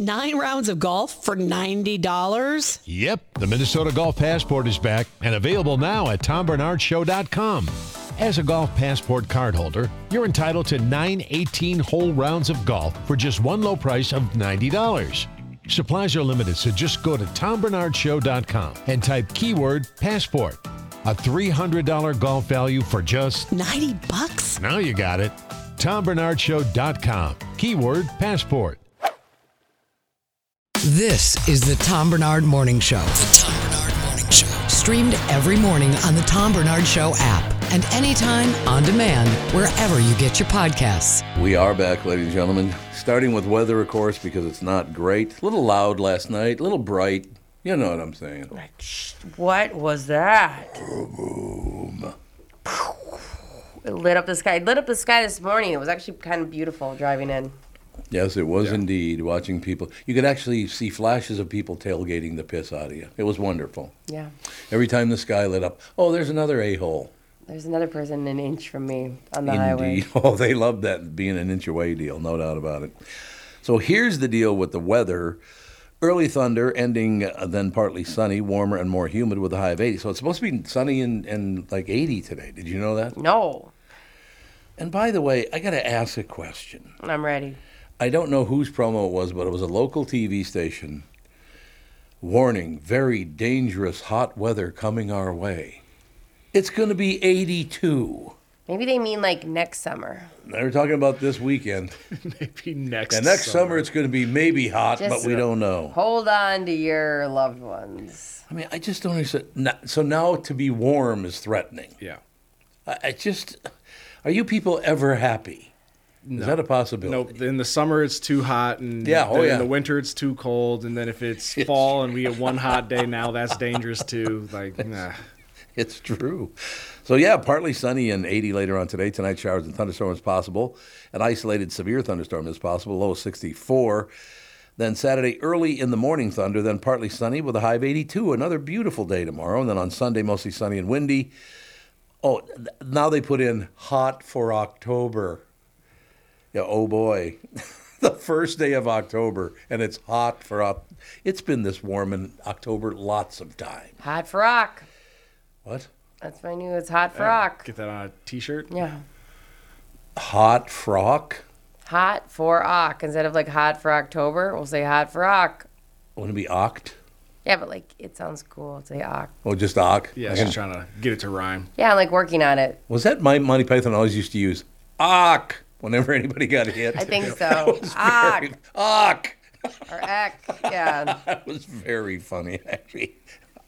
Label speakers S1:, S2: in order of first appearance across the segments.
S1: Nine rounds of golf for $90?
S2: Yep, the Minnesota Golf Passport is back and available now at tombernardshow.com. As a Golf Passport cardholder, you're entitled to nine 18 hole rounds of golf for just one low price of $90. Supplies are limited, so just go to tombernardshow.com and type keyword passport. A $300 golf value for just,
S1: 90 bucks?
S2: now you got it, tombernardshow.com, keyword passport.
S3: This is the Tom Bernard Morning Show. The Tom Bernard Morning Show. Streamed every morning on the Tom Bernard Show app and anytime on demand wherever you get your podcasts.
S4: We are back, ladies and gentlemen. Starting with weather, of course, because it's not great. A little loud last night, a little bright. You know what I'm saying.
S5: What was that? It lit up the sky. It lit up the sky this morning. It was actually kind of beautiful driving in.
S4: Yes, it was indeed. Watching people, you could actually see flashes of people tailgating the piss out of you. It was wonderful.
S5: Yeah.
S4: Every time the sky lit up, oh, there's another a hole.
S5: There's another person an inch from me on the highway.
S4: Indeed. Oh, they love that being an inch away deal, no doubt about it. So here's the deal with the weather. Early thunder, ending uh, then partly sunny, warmer and more humid with a high of 80. So it's supposed to be sunny and, and like 80 today. Did you know that?
S5: No,
S4: And by the way, I got to ask a question.
S5: I'm ready.
S4: I don't know whose promo it was, but it was a local TV station. Warning very dangerous hot weather coming our way. It's going to be 82.
S5: Maybe they mean like next summer.
S4: They were talking about this weekend.
S6: Maybe next.
S4: And next summer, it's going to be maybe hot, but
S5: Just-
S4: we don't know.
S5: Hold on to your loved ones.
S4: I mean, I just don't understand. No- So now to be warm is threatening.
S6: Yeah.
S4: I, I just, are you people ever happy? Is that a possibility?
S6: Nope. In the summer it's too hot, and
S4: Yeah, oh,
S6: then
S4: yeah.
S6: In the winter it's too cold, and then if it's fall and we get one hot day now, that's dangerous too. Like, nah.
S4: It's true. So yeah, partly sunny and 80 later on today. Tonight, showers and thunderstorms possible. An isolated severe thunderstorm is possible. Low of 64. Then Saturday early in the morning thunder. Then partly sunny with a high of 82. Another beautiful day tomorrow. And then on Sunday mostly sunny and windy. Oh, th- now they put in hot for October. Yeah. Oh boy. The first day of October, and it's hot for up. It's been this warm in October lots of time.
S5: Hot frock.
S4: What?
S5: That's my new. It's hot frock.
S6: Get that on a t-shirt.
S5: Yeah.
S4: Hot frock?
S5: Hot for ock instead of like hot for October. We'll say hot for ock.
S4: Wouldn't it be oct?
S5: Yeah, but like it sounds cool. Say ock.
S4: Oh, just oct?
S6: Yeah,
S4: I
S6: she's
S4: can-
S6: trying to get it to rhyme.
S5: Yeah, I'm like working on it.
S4: Was that my Monty Python always used to use? Ock! Whenever anybody got hit.
S5: I think
S4: That
S5: so.
S4: was
S5: Ock
S4: very- Ock!
S5: or eck. Yeah.
S4: That was very funny, actually.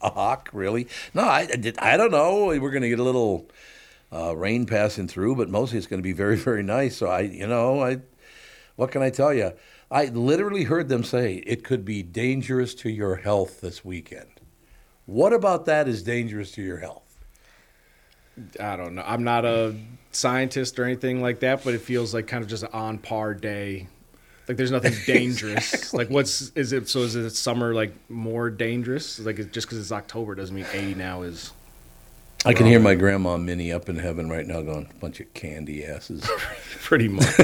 S4: Ock, really? No, I, I did, I don't know. We're going to get a little uh, rain passing through, but mostly it's going to be very, very nice. So I, you know, I, what can I tell you? I literally heard them say it could be dangerous to your health this weekend. What about that is dangerous to your health?
S6: I don't know. I'm not a scientist or anything like that, but it feels like kind of just an on par day. Like there's nothing dangerous. Like what's is it? So is it summer like more dangerous? Like it, just because it's October doesn't mean 80 now is.
S4: I can hear my grandma Minnie up in heaven right now going, bunch of candy asses.
S6: Pretty much.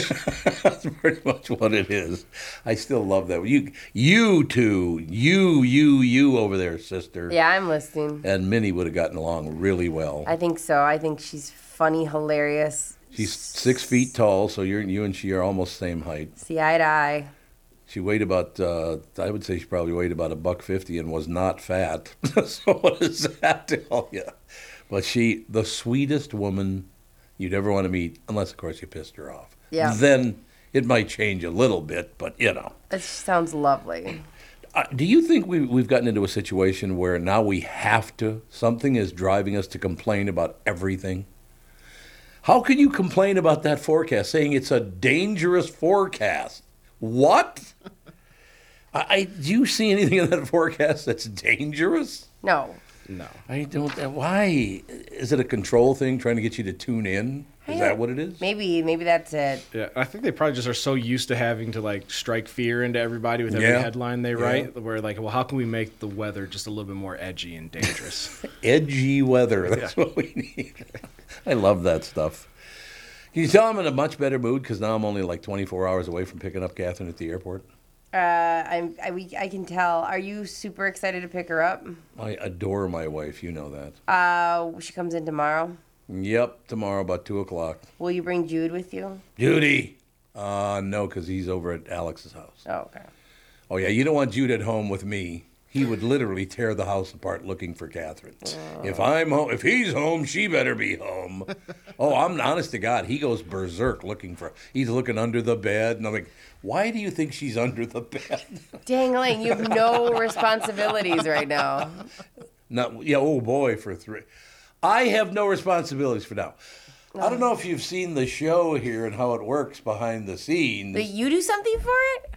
S4: That's pretty much what it is. I still love that. You, you two, you, you, you over there, sister.
S5: Yeah, I'm listening.
S4: And Minnie would have gotten along really well.
S5: I think so. I think she's funny, hilarious.
S4: She's six feet tall, so you're, you and she are almost same height.
S5: See eye to eye.
S4: She weighed about, uh, I would say she probably weighed about a buck fifty and was not fat. so what does that tell you? But she, the sweetest woman you'd ever want to meet, unless of course you pissed her off.
S5: Yeah.
S4: Then it might change a little bit, but you know.
S5: That sounds lovely.
S4: Uh, do you think we, we've gotten into a situation where now we have to? Something is driving us to complain about everything. How can you complain about that forecast, saying it's a dangerous forecast? What? I, I do you see anything in that forecast that's dangerous?
S5: No.
S6: no.
S4: I don't. uh, Why is it a control thing trying to get you to tune in? Is that what it is?
S5: Maybe maybe that's it.
S6: Yeah, I think they probably just are so used to having to like strike fear into everybody with every
S4: Yeah.
S6: headline they
S4: Yeah.
S6: write. Where like, well, how can we make the weather just a little bit more edgy and dangerous?
S4: edgy weather. That's what we need. I love that stuff. Can you tell I'm in a much better mood because now I'm only like 24 hours away from picking up Catherine at the airport?
S5: Uh, I'm, I, we, I can tell. Are you super excited to pick her up?
S4: I adore my wife. You know that.
S5: Uh, she comes in tomorrow.
S4: yep, tomorrow about two o'clock.
S5: Will you bring Jude with you?
S4: Judy. Uh, no, because he's over at Alex's house.
S5: Oh, okay.
S4: Oh yeah, you don't want Jude at home with me. He would literally tear the house apart looking for Catherine. If
S5: Oh.
S4: I'm home, if he's home, she better be home. oh, I'm honest to God, he goes berserk looking for. He's looking under the bed, and I'm like, why do you think she's under the bed?
S5: Dangling, you have no responsibilities right now.
S4: Not yeah. Oh boy, for three, I have no responsibilities for now. I don't know if you've seen the show here and how it works behind the scenes.
S5: But you do something for it?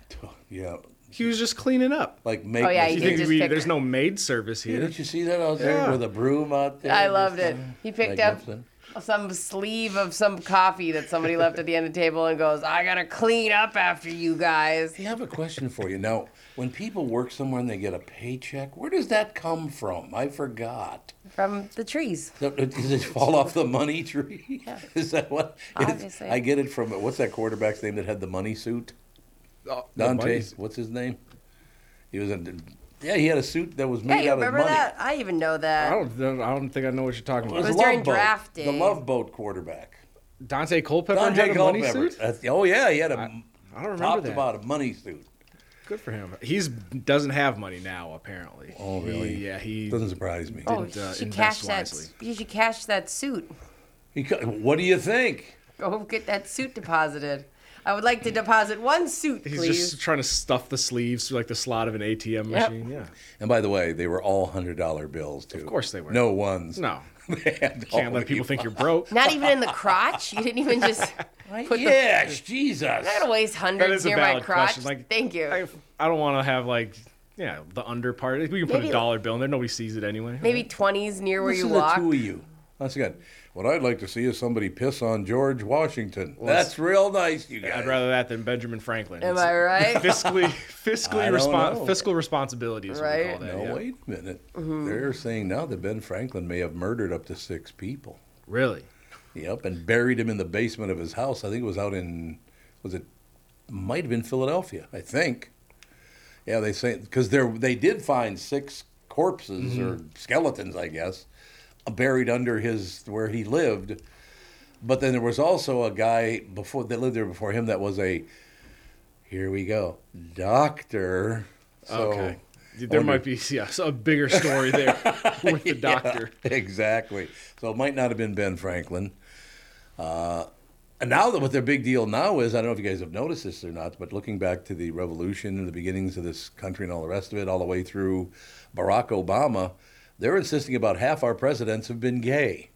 S4: yeah,
S6: He was just cleaning up.
S4: like make.
S5: Oh,
S4: you
S5: yeah, he
S6: You
S5: did
S6: think
S5: just
S6: we,
S5: pick
S6: there's
S5: her.
S6: no maid service
S4: Yeah,
S6: here?
S4: didn't you see that out there
S6: Yeah.
S4: with a broom out there?
S5: I
S4: Just,
S5: loved it.
S4: uh,
S5: He picked up
S4: magnificent.
S5: some sleeve of some coffee that somebody left at the end of the table and goes, I gotta clean up after you guys.
S4: I have a question for you. Now, when people work somewhere and they get a paycheck, where does that come from? I forgot.
S5: From the trees.
S4: So, Does it fall off the money tree? Is that what? it's-
S5: Obviously.
S4: I get it from what's that quarterback's name that had the money suit?
S6: Oh, the
S4: Dante.
S6: bunnies.
S4: What's his name? He was in. Yeah, he had a suit that was
S5: Yeah,
S4: made
S5: you
S4: out of
S5: remember
S4: money.
S5: that? I even know
S6: I
S5: that.
S6: don't, I don't think I know what you're talking
S4: It was,
S6: about.
S5: was
S4: Love
S5: during
S4: Boat,
S5: draft
S4: The
S5: day.
S4: Love Boat quarterback.
S6: Dante Culpepper Oh, had
S4: Dante
S6: a money
S4: Culpepper.
S6: suit?
S4: That's the- Oh yeah, he had a
S6: I don't remember
S4: top to
S6: that.
S4: bottom money suit.
S6: Good for him. He's doesn't have money now apparently.
S4: Oh, really?
S6: He- yeah, he
S4: Doesn't surprise me.
S5: Oh,
S6: didn't, uh,
S5: you should cash
S6: invest
S5: that.
S6: wisely.
S5: You should cash that suit.
S4: He co- what do you think?
S5: Go get that suit deposited. I would like to deposit one suit,
S6: he's
S5: please.
S6: just trying to stuff the sleeves through like the slot of an ATM
S5: Yep.
S6: machine. Yeah.
S4: And by the way, they were all hundred dollar bills too. Of
S6: course they were.
S4: No ones.
S6: No.
S4: They had
S6: Can't
S4: all
S6: let people
S4: the-
S6: think you're broke.
S5: Not even in the crotch. You didn't even just put the.
S4: Yes, Jesus.
S5: I'm not gonna waste
S6: That
S5: hundreds
S6: is a
S5: near my
S6: valid
S5: crotch.
S6: question. Like,
S5: Thank you.
S6: I, I don't want to have like yeah the under part. We can put
S5: Maybe-
S6: a dollar bill in there. Nobody sees it anyway.
S5: Maybe twenties near where
S4: This
S5: you
S4: is
S5: walk.
S4: the two of you. That's good. What I'd like to see is somebody piss on George Washington. That's real nice, you guys.
S6: I'd rather that than Benjamin Franklin.
S5: Am
S6: It's
S5: I right?
S6: Fiscally,
S4: I
S6: fiscally
S4: don't
S6: respon
S4: know.
S6: fiscal responsibility is what we
S5: Right?
S6: call that.
S4: No,
S6: yeah.
S4: wait a minute.
S5: Mm-hmm.
S4: They're saying now that Ben Franklin may have murdered up to six people.
S6: Really?
S4: Yep, and buried him in the basement of his house. I think it was out in, was it, might have been Philadelphia, I think. Yeah, they say because there they did find six corpses or skeletons, I guess, uh, buried under his where he lived. But then there was also a guy before that lived there before him that was a, here we go, doctor. So,
S6: okay. There
S4: Oh, wonder-
S6: might be yeah, so a bigger story there with the doctor.
S4: exactly. So it might not have been Ben Franklin. Uh, and now that what their big deal now is, I don't know if you guys have noticed this or not, but looking back to the revolution and the beginnings of this country and all the rest of it, all the way through Barack Obama, they're insisting about half our presidents have been gay.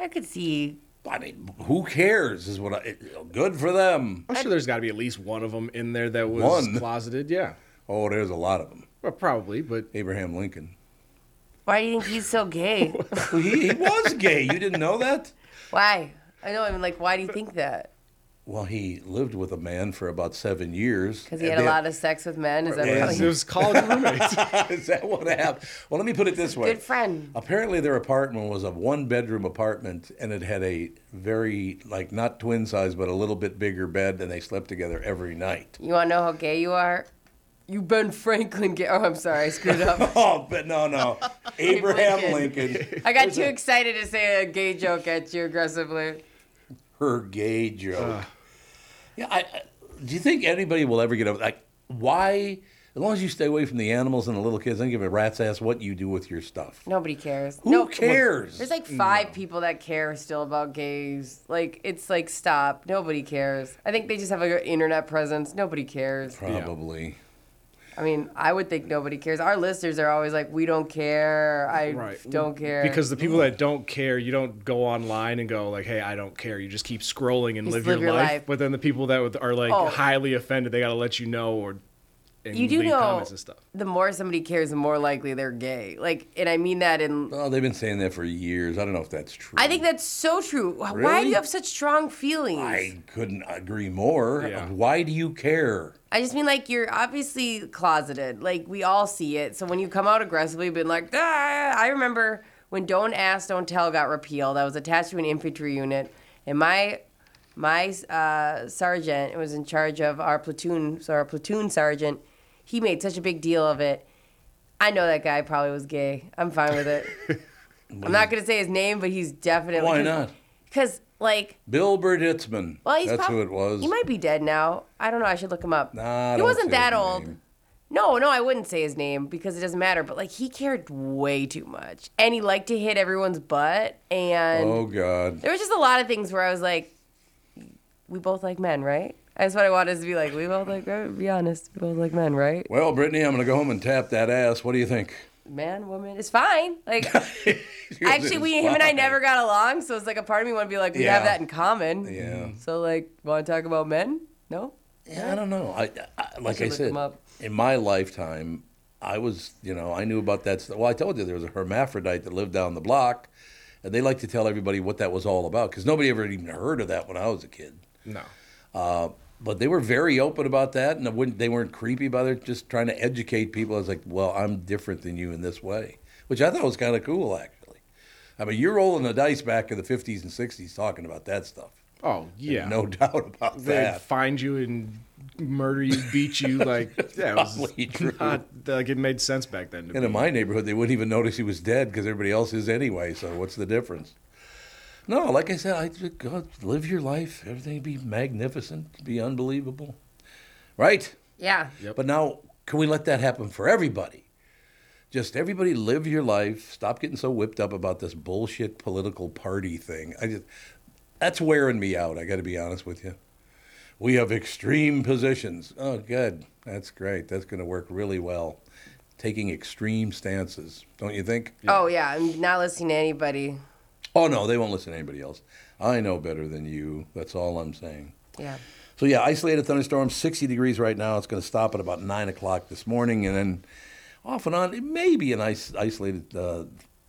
S5: I could see.
S4: I mean, who cares? Is what I, it- good for them.
S6: I'm sure there's got to be at least one of them in there that was
S4: One?
S6: closeted. Yeah,
S4: Oh, there's a lot of them.
S6: well, probably, but
S4: Abraham Lincoln.
S5: Why do you think he's so gay?
S4: Well, he, he was gay. You didn't know that?
S5: why? I know. I'm like, why do you think that?
S4: Well, he lived with a man for about seven years.
S5: Because he had a lot of sex with men. Is that
S4: Yeah.
S6: it
S5: really
S6: was college roommates.
S4: Is that what happened? Well, let me put it this way.
S5: good friend?
S4: Apparently, their apartment was a one bedroom apartment and it had a very, like, not twin size, but a little bit bigger bed, and they slept together every night.
S5: You want to know how gay you are? You Ben Franklin gay. Oh, I'm sorry, I screwed up.
S4: Oh, but no, no. Abraham
S5: Lincoln.
S4: Lincoln,
S5: I got too excited to say a gay joke at you aggressively.
S4: her gay joke. Yeah, I, I, do you think anybody will ever get over Like, why? As long as you stay away from the animals and the little kids, I don't give a rat's ass what you do with your stuff.
S5: Nobody cares.
S4: Who
S5: no,
S4: cares?
S5: There's like five people that care still about gays. Like it's like stop. Nobody cares. I think they just have like an internet presence. Nobody cares.
S4: Probably.
S5: I mean, I would think nobody cares. Our listeners are always like, we don't care. I
S6: Right.
S5: don't care.
S6: Because the people that don't care, you don't go online and go like, "Hey, I don't care." You just keep scrolling and
S5: Just
S6: live, your, life. But then the people that are like
S5: Oh.
S6: highly offended, they got to let you know or and
S5: you do
S6: leave
S5: know
S6: comments and stuff.
S5: the more somebody cares, the more likely they're gay. Like, and I mean that in.
S4: Oh, they've been saying that for years. I don't know if that's true.
S5: I think that's so true. Why- Why do
S4: Really?
S5: you have such strong feelings?
S4: I couldn't agree more.
S6: Yeah.
S4: Why do you care?
S5: I just mean like you're obviously closeted. Like we all see it. So when you come out aggressively, being like, ah, I remember when "Don't Ask, Don't Tell" got repealed. I was attached to an infantry unit, and my my uh, sergeant was in charge of our platoon, so our platoon sergeant, he made such a big deal of it. I know that guy probably was gay. I'm fine with it. I'm not gonna say his name, but he's definitely.
S4: Why not?
S5: Because like,
S4: Bill Berditzman.
S5: well, he's
S4: That's
S5: prob-
S4: who it was.
S5: He might be dead now. I don't know. I should look him up.
S4: Nah,
S5: he
S4: don't
S5: wasn't
S4: say
S5: that
S4: his
S5: old.
S4: name.
S5: No, no, I wouldn't say his name because it doesn't matter. But like, he cared way too much, and he liked to hit everyone's butt. And
S4: Oh, God.
S5: there was just a lot of things where I was like, we both like men, right? That's what I wanted to be like. We both like, right? be honest, we both like men, right?
S4: Well, Brittany, I'm going to go home and tap that ass. What do you think?
S5: Man, woman, it's fine. Like, actually, we him and I never got along, so it's like a part of me want to be like, we have
S4: Yeah.
S5: that in common.
S4: Yeah.
S5: So like, want to talk about men? No.
S4: Yeah, I don't know. I, I like
S5: should
S4: I
S5: look
S4: said,
S5: them up.
S4: in my lifetime, I was you know I knew about that. Stuff. Well, I told you there was a hermaphrodite that lived down the block, and they like to tell everybody what that was all about because nobody ever even heard of that when I was a kid.
S6: No.
S4: Uh, but they were very open about that, and it wouldn't, they weren't creepy about it. Just trying to educate people. I was like, well, I'm different than you in this way, which I thought was kind of cool actually. I mean, you're rolling the dice back in the 50s and 60s talking about that stuff.
S6: Oh yeah.
S4: No doubt about
S6: They'd
S4: that.
S6: find you and murder you, beat you. Like yeah, it
S4: Probably
S6: was
S4: true.
S6: not, like it made sense back then. To
S4: And
S6: me.
S4: in my neighborhood, they wouldn't even notice he was dead because everybody else is anyway. So what's the difference? No, like I said, I just go live your life. Everything be magnificent, be unbelievable, right?
S5: Yeah.
S4: But now, can we let that happen for everybody? Just everybody live your life. Stop getting so whipped up about this bullshit political party thing. I just that's wearing me out. I got to be honest with you. We have extreme positions. Oh, good. That's great. That's going to work really well. Taking extreme stances, don't you think?
S5: Oh yeah, I'm not listening to anybody.
S4: Oh no, they won't listen to anybody else. I know better than you. That's all I'm saying.
S5: Yeah.
S4: So yeah, isolated thunderstorms, 60 degrees right now. It's going to stop at about nine o'clock this morning, and then off and on. It may be an is- isolated uh,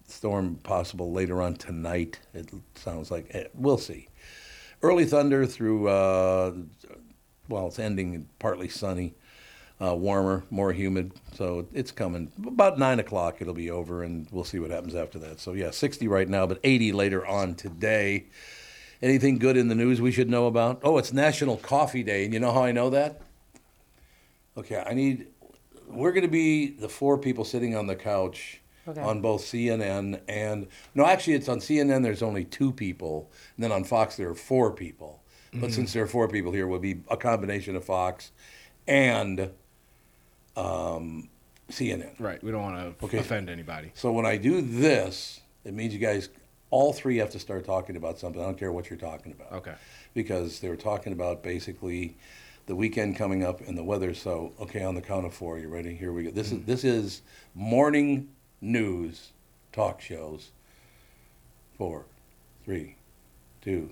S4: storm possible later on tonight. It sounds like Eh, we'll see. Early thunder through. Uh, well, it's ending in partly sunny, uh, warmer, more humid. So it's coming about nine o'clock. It'll be over, and we'll see what happens after that. So yeah, 60 right now, but 80 later on today. Anything good in the news we should know about? Oh, it's National Coffee Day, and you know how I know that? Okay, I need. We're going to be the four people sitting on the couch
S5: Okay.
S4: on both CNN and no, actually, it's on CNN. There's only two people, and then on Fox there are four people. But since there are four people here, we'll be a combination of Fox and um, CNN.
S6: right. We don't want to
S4: Okay.
S6: offend anybody.
S4: So when I do this, it means you guys, all three have to start talking about something. I don't care what you're talking about.
S6: Okay.
S4: Because they were talking about basically the weekend coming up and the weather. So okay, on the count of four, you ready? Here we go. This is this is morning news talk shows. Four, three, two,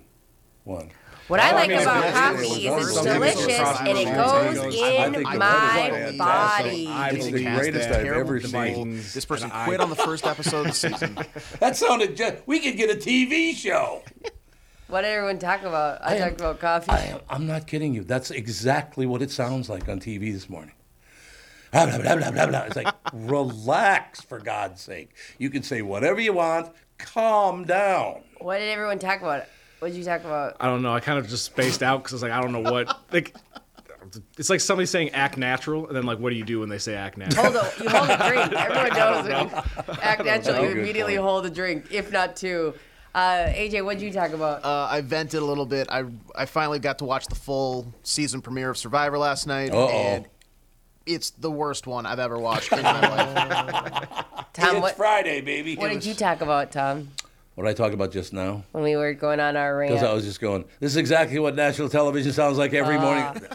S4: one.
S5: What I like
S6: mean, if
S5: about
S6: that's
S5: coffee
S6: what
S5: is
S6: it was,
S5: it's
S6: some people
S5: delicious
S6: across the
S5: and it
S6: country
S5: goes
S6: goes,
S4: I
S5: in
S4: think the
S5: my
S4: weather's
S5: body.
S4: fantastic.
S6: I
S4: It's the
S6: believe
S4: greatest
S6: that.
S4: I've ever seen.
S7: This person quit on the first episode of the season.
S4: That sounded just. We could get a TV show.
S5: What did everyone talk about? I,
S4: I am-
S5: talked about coffee.
S4: I am, I'm not kidding you. That's exactly what it sounds like on TV this morning. Blah, blah, blah, blah, blah, blah. It's like, relax, for God's sake. You can say whatever you want. Calm down.
S5: what did everyone talk about? What did you talk about?
S6: I don't know. I kind of just spaced out because I was like, I don't know what. Like, it's like somebody saying act natural, and then like, what do you do when they say act natural?
S5: Hold a, you hold a drink. Everyone knows when you act natural.
S4: Good
S5: You immediately
S4: point.
S5: hold a drink, if not two. Uh, AJ, what did you talk about?
S7: Uh, I vented a little bit. I I finally got to watch the full season premiere of Survivor last night,
S4: Uh-oh.
S7: and it's the worst one I've ever watched in my life.
S5: Tom,
S4: it's
S5: what,
S4: Friday, baby.
S5: what did you talk about, Tom,
S4: What did I talk about just now?
S5: when we were going on our rant?
S4: Because I was just going, this is exactly what national television sounds like every morning.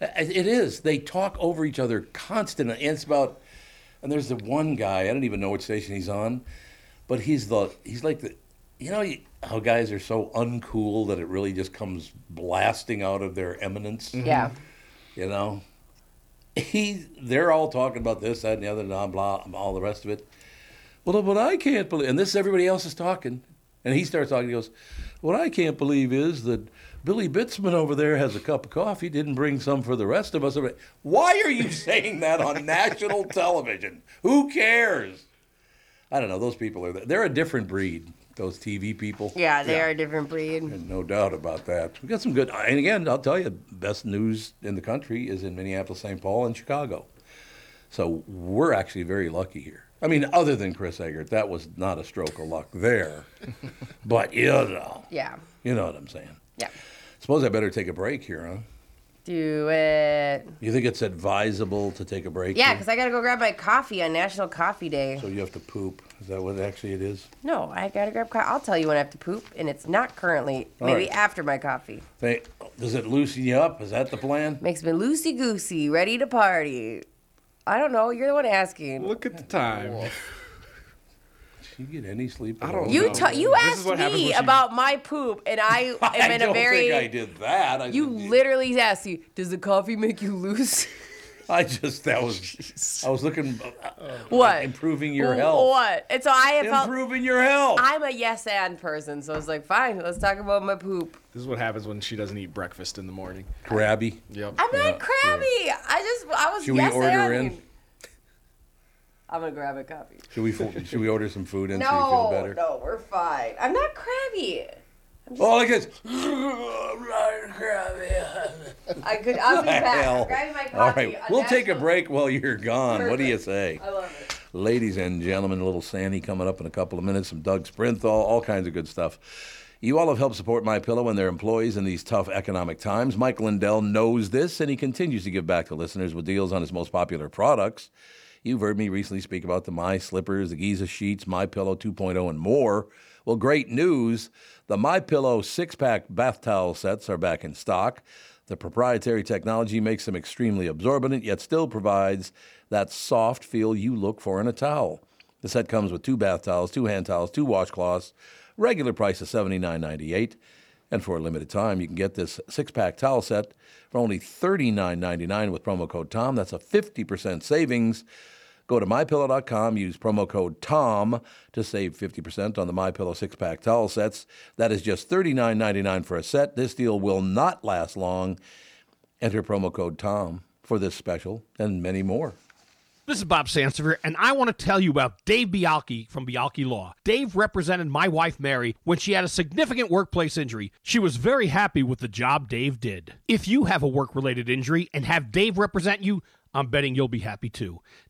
S4: It is. They talk over each other constantly. And it's about, and there's the one guy, I don't even know which station he's on, but he's the, he's like the, you know you- how guys are so uncool that it really just comes blasting out of their eminence?
S5: yeah.
S4: You know? He, they're all talking about this, that, and the other, blah, blah, blah, all the rest of it. Well, what I can't believe, and this is everybody else is talking, and he starts talking. He goes, "What I can't believe is that Billy Bitzman over there has a cup of coffee. Didn't bring some for the rest of us. Why are you saying that on national television? Who cares? I don't know. Those people are they're a different breed. Those TV people.
S5: Yeah, they are a different breed.
S4: No doubt about that. We got some good, and again, I'll tell you, best news in the country is in Minneapolis, St. Paul, and Chicago. So we're actually very lucky here. I mean, other than Chris Eggert, that was not a stroke of luck there. but you know,
S5: Yeah.
S4: you know what I'm saying.
S5: Yeah.
S4: Suppose I better take a break here, huh?
S5: Do it.
S4: You think it's advisable to take a break?
S5: Yeah,
S4: here?
S5: because I got to go grab my coffee on National Coffee Day.
S4: So you have to poop. Is that what actually it is?
S5: No, I got to grab coffee. I'll tell you when I have to poop, and it's not currently.
S4: All
S5: Maybe
S4: right.
S5: after my coffee.
S4: They, does it loosen you up? Is that the plan?
S5: Makes me loosey goosey, ready to party. I don't know. You're the one asking.
S6: Look at the time.
S4: Do you get any sleep? at
S6: I don't
S4: all?
S5: You
S6: no.
S5: ta- you
S6: This is
S5: asked
S6: what happens
S5: me
S6: when she-
S5: about my poop, and I am
S4: I
S5: in
S4: don't
S5: a very.
S4: think I did that. I
S5: You
S4: did-
S5: literally asked you, does the coffee make you loose?
S4: I just that was I was looking uh,
S5: what?
S4: improving your
S5: W-
S4: health.
S5: What? And so Oh, I have felt
S4: improving your health.
S5: I'm a yes and person, so I was like, fine, let's talk about my poop.
S6: This is what happens when she doesn't eat breakfast in the morning.
S4: Grabby.
S6: Yep.
S5: I'm not crabby. I just I was
S4: Should we
S5: yes
S4: order
S5: and.
S4: in?
S5: I'm gonna grab a coffee.
S4: Should we fo- should we order some food in so you feel
S5: No,
S4: better?
S5: no, we're fine. I'm not crabby.
S4: Oh, look at this. I'm not grabby.
S5: I could. I'll be back.
S4: Hell.
S5: I'm grabbing my coffee.
S4: All right,
S5: A
S4: we'll take a
S5: national-
S4: break while you're gone. What do you say?
S5: Perfect. I love it.
S4: Ladies and gentlemen, a little Sandy coming up in a couple of minutes, some Doug Sprinthal, all kinds of good stuff. You all have helped support My Pillow and their employees in these tough economic times. Mike Lindell knows this, and he continues to give back to listeners with deals on his most popular products. You've heard me recently speak about the My Slippers, the Giza Sheets, My Pillow 2.0, and more. Well, great news! The My Pillow six-pack bath towel sets are back in stock. The proprietary technology makes them extremely absorbent, yet still provides that soft feel you look for in a towel. The set comes with two bath towels, two hand towels, two washcloths. Regular price is $79.98. And for a limited time, you can get this six pack towel set for only $39.99 with promo code TOM. That's a 50% savings. Go to mypillow.com, use promo code TOM to save 50% on the MyPillow six pack towel sets. That is just $39.99 for a set. This deal will not last long. Enter promo code TOM for this special and many more.
S8: This is Bob Sansevier, and I want to tell you about Dave Bialki from Bialki Law. Dave represented my wife, Mary, when she had a significant workplace injury. She was very happy with the job Dave did. If you have a work related injury and have Dave represent you, I'm betting you'll be happy too.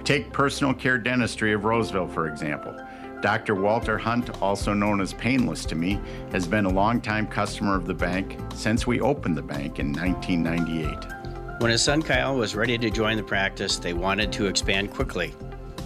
S7: Take personal care dentistry of Roseville, for example. Dr. Walter Hunt, also known as Painless to me, has been a longtime customer of the bank since we opened the bank in 1998.
S9: When his son Kyle was ready to join the practice, they wanted to expand quickly.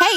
S10: Hey,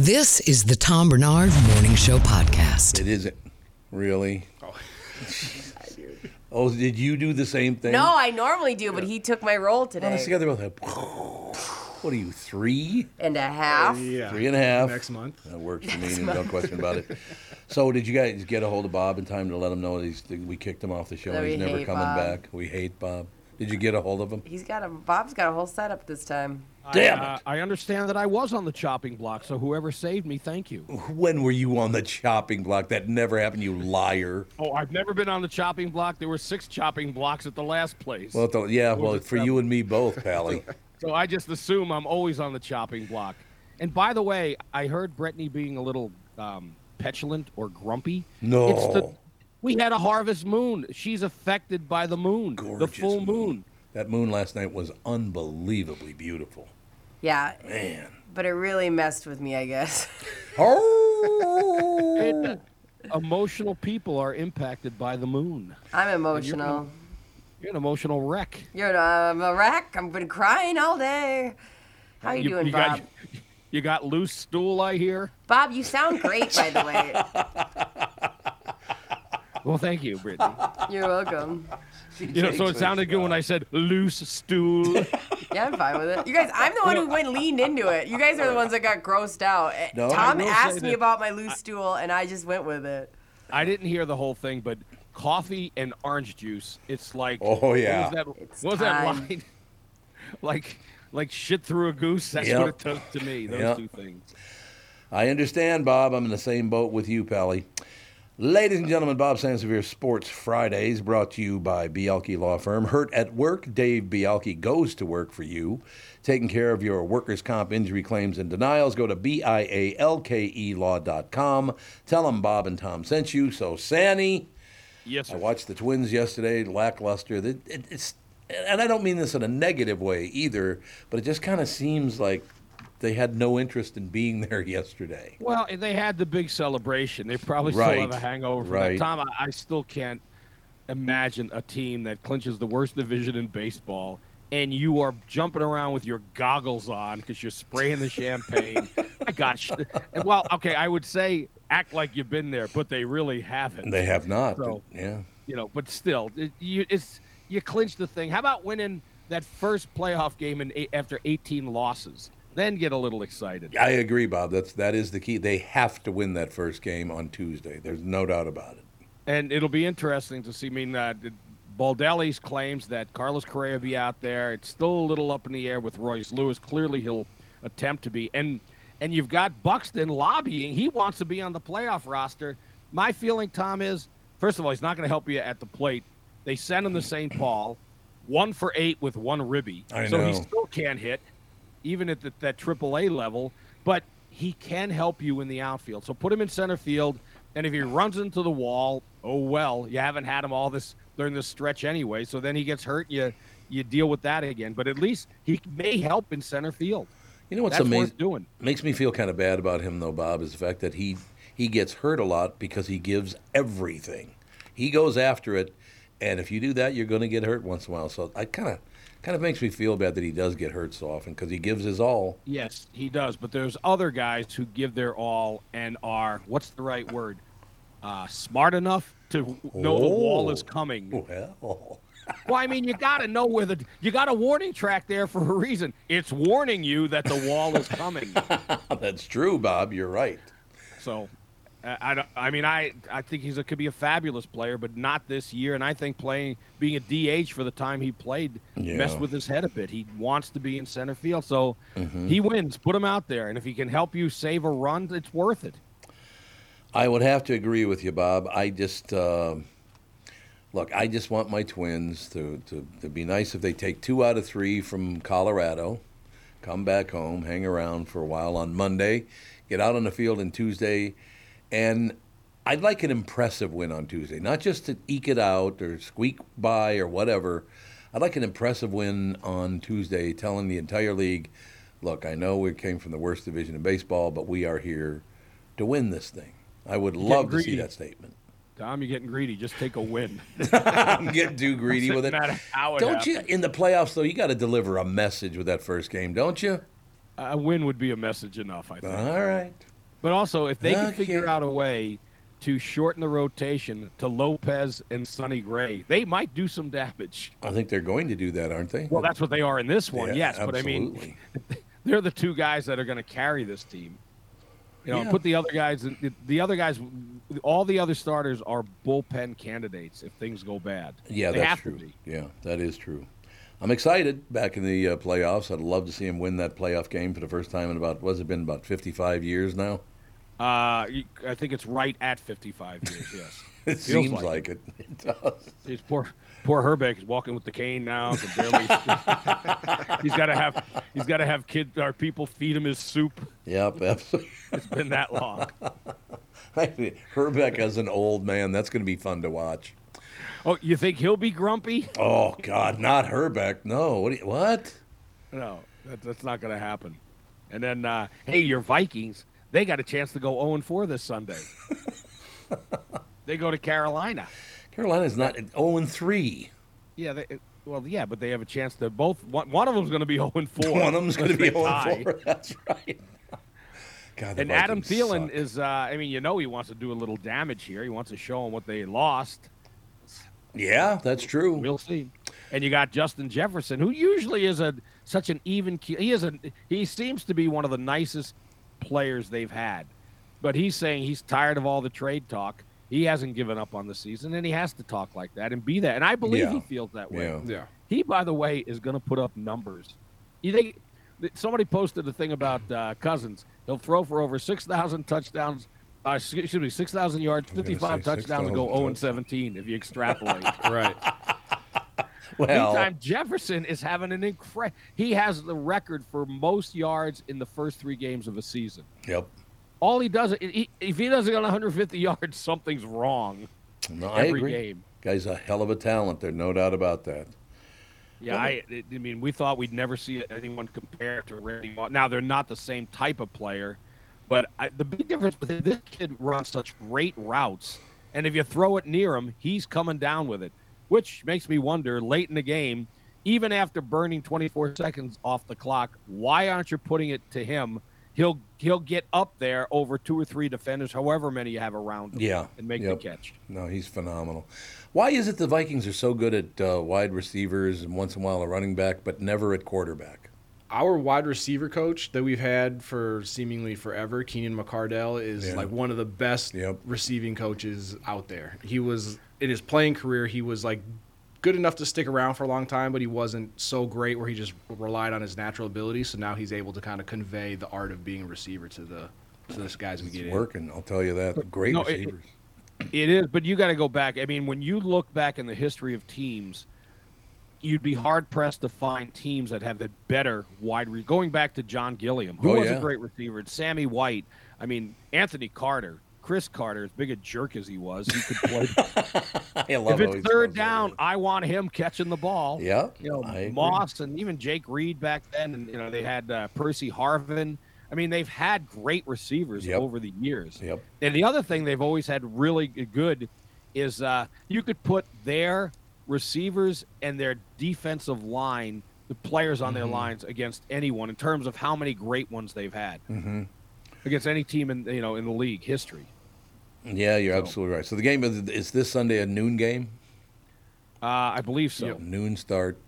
S3: This is the Tom Bernard Morning Show podcast.
S4: It isn't really. Oh, did you do the same thing?
S5: No, I normally do, but he took my role today.
S4: Honest to God, they both had- What are you, three?
S5: and a half.
S4: Three and a half.
S6: Next month.
S4: That worked for me,
S5: Next
S4: no
S5: month.
S4: question about it. So, did you guys get a hold of Bob in time to let him know that he's, that we kicked him off the show?
S5: That we
S4: he's never
S5: hate
S4: coming
S5: Bob.
S4: back. We hate Bob. Did you get a hold of him?
S5: He's got a Bob's got a whole setup this time.
S4: Damn
S8: I, uh, I understand that I was on the chopping block, so whoever saved me, thank you.
S4: When were you on the chopping block? That never happened, you liar.
S8: Oh, I've never been on the chopping block. There were six chopping blocks at the last place.
S4: Well, though- yeah,
S8: Over
S4: well,
S8: the
S4: for you and me both, Pally.
S8: So I just assume I'm always on the chopping block. And by the way, I heard Brittany being a little um, petulant or grumpy.
S4: No.
S8: It's the, we had a harvest moon. She's affected by the moon, the full moon.
S4: That moon last night was unbelievably beautiful.
S5: Yeah.
S4: Man.
S5: But it really messed with me, I guess.
S8: It- uh, emotional people are impacted by the moon.
S5: I'm
S8: And you're an-
S5: emotional.
S8: You're an emotional wreck.
S5: You're, I'm a wreck. I've been crying all day. How you, doing, Bob?
S8: Got, you got loose stool, I hear.
S5: Bob, you sound great, by the way.
S8: Well, thank you, Brittany.
S5: You're welcome.
S8: you know, so it sounded good when I said loose stool.
S5: Yeah, I'm fine with it. You guys, I'm the one who went leaned into it. You guys are the ones that got grossed out. Eh,
S8: No, I
S5: Tom
S8: will say
S5: asked me
S8: that-
S5: about my loose stool, and I just went with it.
S8: I didn't hear the whole thing, but coffee and orange juice. It's like
S4: Oh, yeah.
S8: What was that,
S5: It's
S8: what was that
S5: time.
S8: line? like like shit through a goose. That's
S4: Yep.
S8: what it took to me. Those
S4: Yep.
S8: two things.
S4: I understand, Bob. I'm in the same boat with you, Pally. Ladies and gentlemen, Bob Sansevier Sports Fridays brought to you by Bialki Law Firm. Hurt at work, Dave Bialki goes to work for you. Taking care of your workers' comp injury claims and denials, go to B-I-A-L-K-E law.com. Tell them Bob and Tom sent you. So, Sanny,
S8: Yes, sir.
S4: I watched the Twins yesterday, lackluster. It- it- it's, and I don't mean this in a negative way either, but it just kind of seems like they had no interest in being there yesterday.
S8: Well, and they had the big celebration. They probably still
S4: Right.
S8: have a hangover from
S4: Right.
S8: that. Tom, I, I still can't imagine a team that clinches the worst division in baseball, and you are jumping around with your goggles on because you're spraying the champagne. I got. Sh- and well, okay, I would say act like you've been there, but they really haven't.
S4: They have not.
S8: So,
S4: yeah.
S8: you know, but still, it, you it's you clinch the thing. How about winning that first playoff game in eight, after 18 losses? Then get a little excited.
S4: I agree, Bob. That's that is the key. They have to win that first game on Tuesday. There's no doubt about it.
S8: And it'll be interesting to see. I mean, uh, Baldelli's claims that Carlos Correa be out there. It's still a little up in the air with Royce Lewis. Clearly, he'll attempt to be. And and you've got Buxton lobbying. He wants to be on the playoff roster. My feeling, Tom, is first of all, he's not going to help you at the plate. They sent him to St. Paul, one for eight with one ribby.
S4: I
S8: so he
S4: know.
S8: still can't hit, even at the, that AAA level. But he can help you in the outfield. So put him in center field, and if he runs into the wall, oh well. You haven't had him all this during this stretch anyway. So then he gets hurt. You you deal with that again. But at least he may help in center field.
S4: You know what's
S8: That's
S4: amazing?
S8: worth doing?
S4: Makes me feel kind of bad about him though, Bob, is the fact that he he gets hurt a lot because he gives everything. He goes after it, and if you do that, you're going to get hurt once in a while. So I kind of kind of makes me feel bad that he does get hurt so often because he gives his all.
S8: Yes, he does. But there's other guys who give their all and are what's the right word? Uh, smart enough to w- know the wall is
S4: Oh.
S8: coming.
S4: Well,
S8: Well, I mean, you got to know where the you got a warning track there for a reason. It's warning you that the wall is coming.
S4: that's true, Bob. You're right.
S8: So, uh, I don't, I mean, I I think he's a, could be a fabulous player, but not this year. And I think playing being a DH for the time he played
S4: Yeah.
S8: messed with his head a bit. He wants to be in center field, so he wins. Put him out there, and if he can help you save a run, it's worth it.
S4: I would have to agree with you, Bob. I just uh, look. I just want my twins to, to to be nice if they take two out of three from Colorado, come back home, hang around for a while on Monday, get out on the field on Tuesday, and I'd like an impressive win on Tuesday, not just to eke it out or squeak by or whatever. I'd like an impressive win on Tuesday, telling the entire league, "Look, I know we came from the worst division in baseball, but we are here to win this thing." I would
S8: You're
S4: love to
S8: getting
S4: see
S8: greedy.
S4: that statement.
S8: Tom, you're getting greedy. Just take a win.
S4: I'm getting too greedy with it.
S8: Doesn't matter how it
S4: don't you?
S8: happens.
S4: In the playoffs, though, you got to deliver a message with that first game, don't you?
S8: A win would be a message enough, I think.
S4: All right.
S8: But also, if they can
S4: Okay.
S8: figure out a way to shorten the rotation to Lopez and Sonny Gray. They might do some damage.
S4: I think they're going to do that, aren't they?
S8: Well, that's what they are in this one,
S4: Yeah,
S8: yes. But I mean,
S4: absolutely.
S8: they're the two guys that are going to carry this team. You know,
S4: Yeah.
S8: put the other guys. in- The other guys, all the other starters are bullpen candidates if things go bad.
S4: Yeah,
S8: They
S4: that's
S8: have to
S4: true.
S8: be.
S4: Yeah, that is true. I'm excited back in the uh, playoffs. I'd love to see him win that playoff game for the first time in about what's it been about 55 years now.
S8: Uh, you- I think it's right at 55 years. Yes,
S4: It
S8: Feels
S4: seems like it. It does.
S8: He's poor. Poor Herbeck is walking with the cane now. Can barely, he's got to have. He's got to have kid or people feed him his soup.
S4: Yep, absolutely.
S8: It's been that long.
S4: Herbeck as an old man, that's going to be fun to watch.
S8: Oh, you think he'll be grumpy?
S4: Oh God, not Herbeck. No, what? do you- what?
S8: No, that, that's not going to happen. And then, uh, hey, your Vikings, they got a chance to go 0 4 this Sunday. they go to Carolina.
S4: Carolina's not 0 3.
S8: Yeah, they, well, yeah, but they have a chance to both. One, one of them's going to be 0 4.
S4: One of them's gonna be 0-4.
S8: That's
S4: right. God, the
S8: and Adam
S4: Vikings
S8: Thielen is, uh, I mean, you know, he wants to do a little damage here. He wants to show them what they lost.
S4: Yeah, that's true.
S8: We'll see. And you got Justin Jefferson, who usually is a such an even. keel- He is a he seems to be one of the nicest players they've had, but he's saying he's tired of all the trade talk. He hasn't given up on the season, and he has to talk like that and be that. And I believe
S6: Yeah.
S8: he feels that way.
S6: Yeah. Yeah.
S8: He, by the way, is going to put up numbers. You think that somebody posted a thing about uh, Cousins? He'll throw for over six thousand touchdowns. Uh, excuse me, six thousand yards,
S4: gonna
S8: fifty-five
S4: say
S8: touchdowns, and go
S4: 6,000
S8: zero and seventeen if you extrapolate.
S6: right.
S4: Well-
S8: Meantime, Jefferson is having an incredible. He has the record for most yards in the first three games of a season.
S4: Yep.
S8: All he does, he, if he doesn't get 150 yards, something's wrong.
S4: No, I
S8: every
S4: agree.
S8: game.
S4: Guy's a hell of a talent. There's no doubt about that.
S8: Yeah, I, I mean, we thought we'd never see anyone compare to Randy Moss. Now they're not the same type of player, but I, the big difference with it, this kid runs such great routes, and if you throw it near him, he's coming down with it, which makes me wonder late in the game, even after burning 24 seconds off the clock, why aren't you putting it to him? He'll he'll get up there over two or three defenders, however many you have around him,
S4: Yeah.
S8: and make
S4: yep.
S8: the catch.
S4: No, he's phenomenal. Why is it the Vikings are so good at uh, wide receivers and once in a while a running back, but never at quarterback?
S6: our wide receiver coach that we've had for seemingly forever, Keenan McCardell, is
S4: Yeah.
S6: like one of the best receiving coaches out there. He was in his playing career, he was like good enough to stick around for a long time, but he wasn't so great where he just relied on his natural ability. So now he's able to kind of convey the art of being a receiver to the to the guys we get in.
S4: Working, I'll tell you that. Great
S8: No, it-
S4: receivers.
S8: It is, but you got to go back. I mean, when you look back in the history of teams, you'd be hard pressed to find teams that have the better wide. Re- going back to John Gilliam, who
S4: Oh,
S8: was
S4: yeah.
S8: a great receiver, and Sammy White. I mean, Anthony Carter, Chris Carter, as big a jerk as he was, he could play.
S4: I love
S8: if
S4: how he
S8: it's third down, I want him catching the ball.
S4: Yeah,
S8: you know
S4: I agree.
S8: Moss and even Jake Reed back then, and you know they had uh, Percy Harvin. I mean, they've had great receivers
S4: Yep.
S8: over the years.
S4: Yep.
S8: And the other thing they've always had really g- good is uh, you could put their receivers and their defensive line, the players on their
S4: Mhm.
S8: lines, against anyone in terms of how many great ones they've had
S4: hmm
S8: against any team in you know in the league history.
S4: Yeah, you're absolutely right. So the game is, is this Sunday a noon game?
S8: Uh, I believe so.
S4: Noon start.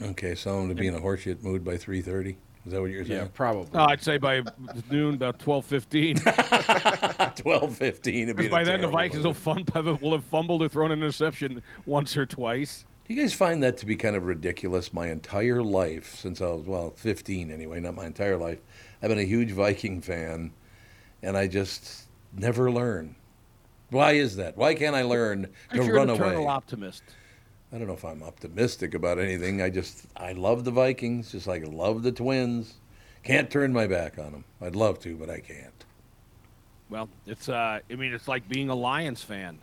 S4: Okay, so I'm going to be in a horseshit mood by 3.30. Is that what you're saying?
S6: Yeah, probably.
S8: Uh, I'd say by noon, about twelve fifteen.
S4: Twelve fifteen.
S8: Because by then the Vikings will, fun, will have fumbled or thrown an interception once or twice.
S4: Do you guys find that to be kind of ridiculous? My entire life, since I was, well, 15 anyway, not my entire life, I've been a huge Viking fan, and I just never learn. Why is that? Why can't I learn to
S8: You're
S4: run
S8: an
S4: away?
S8: eternal optimist.
S4: I don't know if I'm optimistic about anything. I just, I love the Vikings, just like I love the Twins. Can't turn my back on them. I'd love to, but I can't.
S8: Well, it's uh, I mean, it's like being a Lions fan.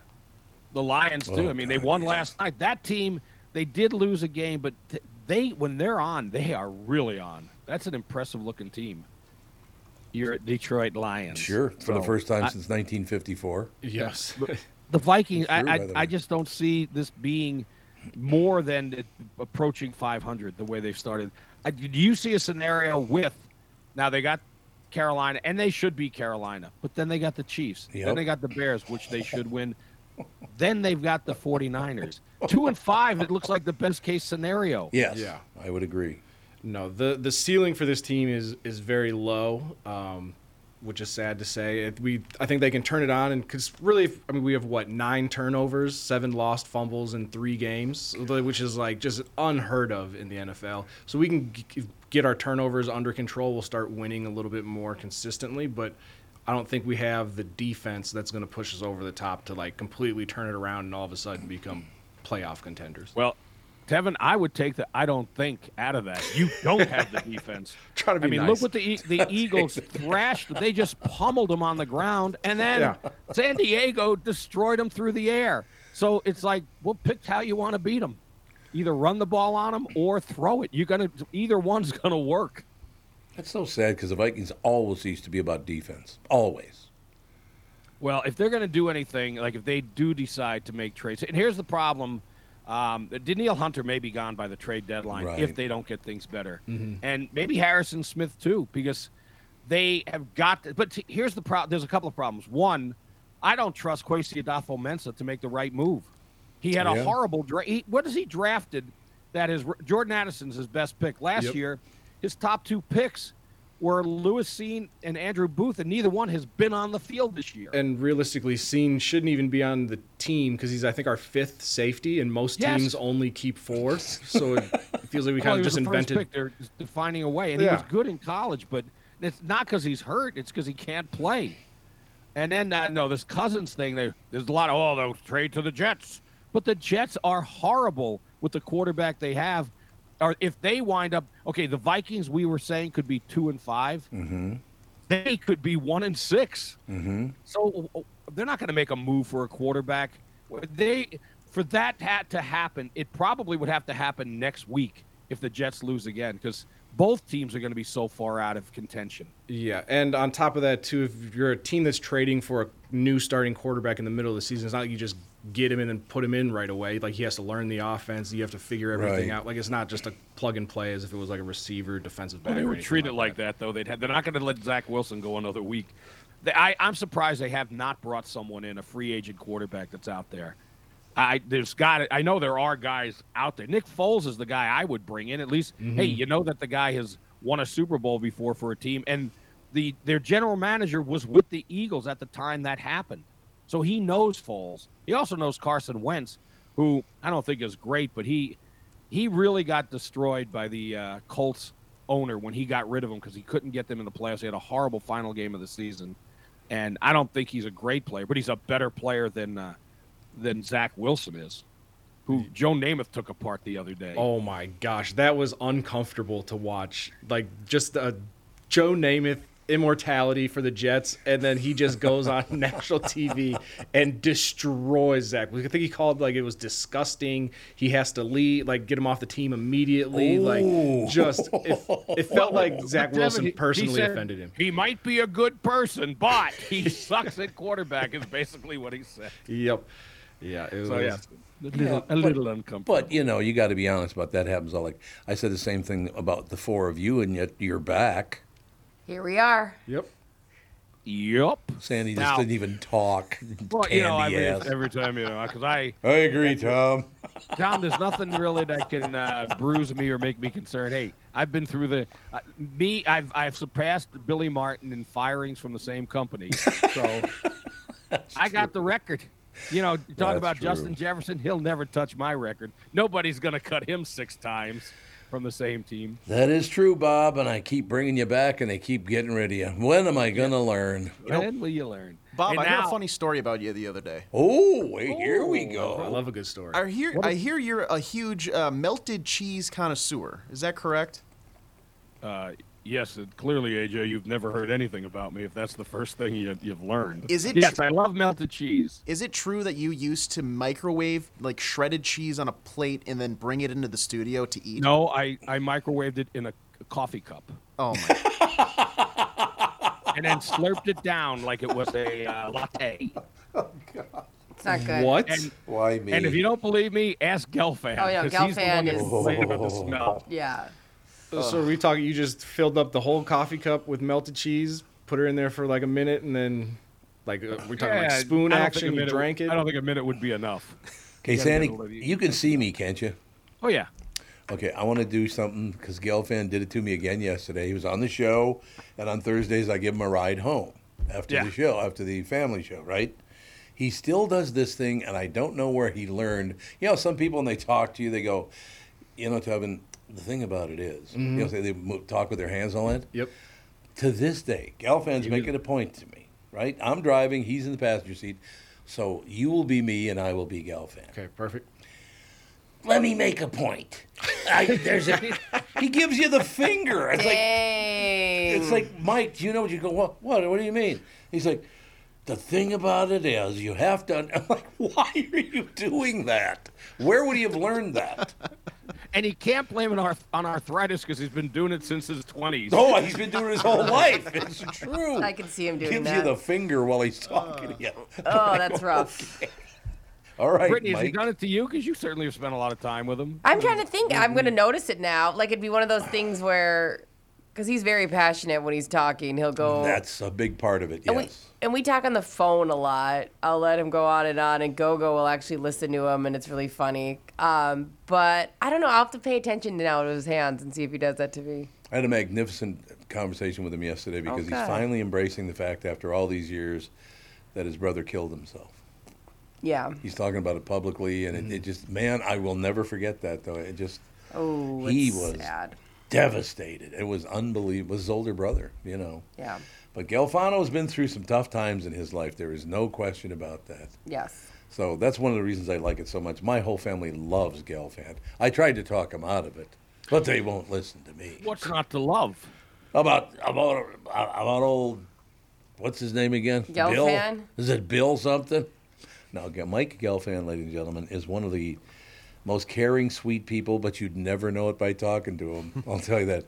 S8: The Lions too.
S4: Oh,
S8: I mean, they won last night. That team, they did lose a game, but th- they when they're on, they are really on. That's an impressive looking team. You're at Detroit Lions.
S4: Sure, for the
S8: So,
S4: first time
S8: I-
S4: since 1954.
S6: Yes.
S8: The Vikings, I,
S4: True, by
S8: I,
S4: the way.
S8: I just don't see this being more than it- approaching 500 the way they've started. I, do you see a scenario with now they got Carolina, and they should beat Carolina. But then they got the Chiefs.
S11: Yep.
S8: Then they got the Bears, which they should win. then they've got the 49ers. Two and five, it looks like the best case scenario.
S4: Yes. Yeah. I would agree.
S6: No, the the ceiling for this team is is very low, um, which is sad to say. It, we I think they can turn it on, and because really, I mean, we have what nine turnovers, seven lost fumbles in three games, which is like just unheard of in the NFL. So we can g- get our turnovers under control. We'll start winning a little bit more consistently, but. I don't think we have the defense that's going to push us over the top to like completely turn it around and all of a sudden become playoff contenders.
S8: Well, Tevin, I would take the I don't think out of that. You don't have the defense.
S6: Try to be
S8: I mean,
S6: nice.
S8: look what the E- the Eagles thrashed. They just pummeled them on the ground, and then
S6: Yeah.
S8: San Diego destroyed them through the air. So it's like, well, pick how you want to beat them. Either run the ball on them or throw it. You're gonna either one's gonna work.
S4: That's so sad because the Vikings always used to be about defense. Always.
S8: Well, if they're going to do anything, like if they do decide to make trades, and here's the problem: um, Daniil Hunter may be gone by the trade deadline if
S6: Right.
S8: they don't get things better,
S6: Mhm.
S8: and maybe Harrison Smith too, because they have got. To, but t- here's the problem: there's a couple of problems. One, I don't trust Quasi Adolfo Mensa to make the right move. He had
S6: Yeah.
S8: a horrible draft. What is he drafted? That is Jordan Addison's his best pick last
S6: Yep.
S8: year. His top two picks were Lewis Seen and Andrew Booth, and neither one has been on the field this year.
S6: and realistically, Scene shouldn't even be on the team because he's, I think, our fifth safety, and most
S8: Yes.
S6: teams only keep four. So it feels like we kind
S8: Well, he
S6: of
S8: was
S6: just
S8: the first
S6: invented.
S8: pick. They're just defining a way, and he
S6: Yeah.
S8: was good in college, but it's not because he's hurt. It's because he can't play. And then uh, no, this Cousins thing. There, there's a lot of oh, they'll trade to the Jets, but the Jets are horrible with the quarterback they have. Or if they wind up okay, the Vikings we were saying could be two and 5
S4: Mm-hmm.
S8: They could be one and six.
S4: Mm-hmm.
S8: So w- w- they're not going to make a move for a quarterback. They for that hat to happen, it probably would have to happen next week if the Jets lose again because both teams are going to be so far out of contention.
S6: Yeah, and on top of that too, if you're a team that's trading for a new starting quarterback in the middle of the season, it's not like you just get him in and put him in right away. Like he has to learn the offense. You have to figure everything
S8: Right.
S6: out. Like it's not just a plug and play as if it was like a receiver, defensive back.
S8: Well, they
S6: or
S8: would
S6: anything
S8: treat it like that, though. They'd have, they're not going to let Zach Wilson go another week. They, I, I'm surprised they have not brought someone in, a free agent quarterback that's out there. I there's got it. I know there are guys out there. Nick Foles is the guy I would bring in. At least, hey,
S6: Mhm.
S8: you know that the guy has won a Super Bowl before for a team, and the their general manager was with the Eagles at the time that happened, so he knows Foles. He also knows Carson Wentz, who I don't think is great, but he he really got destroyed by the uh, Colts owner when he got rid of him because he couldn't get them in the playoffs. He had a horrible final game of the season, and I don't think he's a great player, but he's a better player than uh, than Zach Wilson is, who Joe Namath took apart the other day.
S6: Mm-hmm. Oh my gosh, that was uncomfortable to watch. Like just uh, Joe Namath immortality for the Jets, and then he just goes on national TV and destroys Zach. I think he called like it was disgusting. He has to leave, like get him off the team immediately.
S8: Ooh.
S6: Like just it, it felt like Zach
S8: But Devin,
S6: Wilson
S8: he- he
S6: personally
S8: said
S6: offended him.
S8: He might be a good person, but he sucks at quarterback. Is basically what he said.
S6: Yep. Yeah. It was,
S8: So, yeah. A little,
S4: Yeah,
S8: a
S4: but-
S8: little uncomfortable.
S4: But you know, you got to be honest about that. Happens all like I said the same thing about the four of you, and yet you're back.
S5: Here we are.
S6: Yep.
S8: Yep.
S4: Sandy just
S8: Now-
S4: didn't even talk.
S8: Well, you know, I
S4: Candy
S8: mean,
S4: ass.
S8: every time you know, because I
S4: I agree, Tom.
S8: Tom, there's nothing really that can uh, bruise me or make me concerned. Hey, I've been through the uh, me. I've I've surpassed Billy Martin in firings from the same company. So I got the record. You know, you talk
S6: That's
S8: about
S6: true.
S8: Justin Jefferson. He'll never touch my record. Nobody's gonna cut him six times from the same team.
S4: That is true, Bob, and I keep bringing you back, and they keep getting rid of you. When am I gonna learn?
S8: when will you learn?
S7: Bob,
S8: And
S7: I heard
S8: now-
S7: a funny story about you the other day.
S4: Oh, wait, here we go. I
S6: love a good story.
S7: I hear, I hear you're a huge uh, melted cheese connoisseur. Is that correct?
S8: Uh, yes, it, clearly, AJ, you've never heard anything about me. If that's the first thing you, you've learned,
S7: Is it
S8: Yes,
S7: tr-
S8: I love melted cheese.
S7: Is it true that you used to microwave like shredded cheese on a plate and then bring it into the studio to eat?
S8: No, I, I microwaved it in a coffee cup.
S7: Oh my!
S8: and then slurped it down like it was a uh, latte.
S5: It's not good.
S8: And,
S4: Why
S5: me?
S8: And if you don't believe me, ask Gelfand.
S5: Oh, yeah,
S8: 'cause he's the one
S5: Gelfand
S8: that
S5: is-
S8: complained about the smell.
S5: Yeah.
S6: So are we talking? You just filled up the whole coffee cup with melted cheese, put her in there for like a minute, and then like uh, we're talking like
S8: Yeah,
S6: spoon
S8: I don't think a
S6: action. You
S8: minute-
S6: drank it.
S8: I don't think a minute would be enough.
S4: Okay,
S8: You gotta
S4: Sandy,
S8: get a little-
S4: you can see me, can't you?
S8: Oh yeah.
S4: Okay, I want to do something because Gelfand did it to me again yesterday. He was on the show, and on Thursdays I give him a ride home after
S8: Yeah.
S4: the show, after the family show, right? He still does this thing, and I don't know where he learned. You know, some people when they talk to you, they go, "You know, Tubman, the thing about it is," you know,
S6: Mhm.
S4: say they mo- talk with their hands all in.
S6: Yep.
S4: To this day, Gelfand's
S6: You
S4: making
S6: do.
S4: a point to me, right? I'm driving, he's in the passenger seat, so you will be me, and I will be Gelfand.
S6: Okay, perfect.
S4: Let me make a point. I, there's a, he gives you the finger. It's like it's like Mike. Do you know what you go? What? What? What do you mean? He's like, the thing about it is, you have to. I'm like, why are you doing that? Where would he have learned that?
S8: And he can't blame it on, on arthritis because he's been doing it since his twenties.
S4: Oh, he's been doing it his whole life. It's true.
S5: I can see him doing
S4: Gives
S5: that.
S4: you the finger while he's talking
S6: Uh,
S4: to you.
S5: oh, that's rough.
S4: All right,
S8: Brittany, has he
S4: Mike.
S8: done it to you? Because you certainly have spent a lot of time with him.
S5: I'm trying to think. I'm going to notice it now. Like it'd be one of those things where, because he's very passionate when he's talking, he'll go.
S4: That's a big part of it.
S8: Oh,
S5: And
S4: Yes.
S5: we and we talk on the phone a lot. I'll let him go on and on, and Gogo will actually listen to him, and it's really funny. Um, but I don't know. I'll have to pay attention now to his hands and see if he does that to me.
S4: I had a magnificent conversation with him yesterday because
S5: Okay.
S4: he's finally embracing the fact after all these years that his brother killed himself.
S5: Yeah.
S4: He's talking about it publicly, and
S8: Mm-hmm.
S4: it, it just, man, I will never forget that though. It just,
S5: Oh,
S4: he
S5: it's
S4: was
S5: sad.
S4: devastated. It was unbelievable. It was his older brother, you know.
S5: Yeah.
S4: But Gelfano's been through some tough times in his life. There is no question about that.
S5: Yes.
S4: So that's one of the reasons I like it so much. My whole family loves Gelfand. I tried to talk them out of it, but they won't listen to me.
S8: What's not to love?
S4: About about about old, what's his name again?
S5: Gelfand?
S4: Bill? Is it Bill something? Now, Ge- Mike Gelfand, ladies and gentlemen, is one of the most caring, sweet people, but you'd never know it by talking to him. I'll tell you that.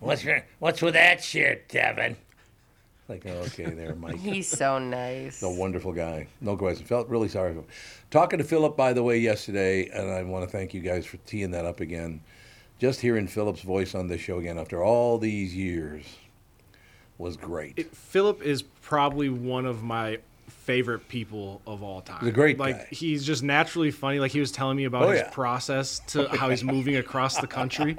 S4: What's your, what's with that shit, Devin? Like, oh, okay, there, Mike.
S5: He's so nice.
S4: A wonderful guy, no question. Felt really sorry for him. Talking to Philip, by the way, yesterday, and I want to thank you guys for teeing that up again. Just hearing Philip's voice on this show again after all these years was great.
S6: Philip is probably one of my favorite people of all time.
S4: He's a great
S6: like
S4: guy.
S6: he's just naturally funny. Like he was telling me about
S4: Oh,
S6: his
S4: yeah. Oh,
S6: process to how he's moving across the country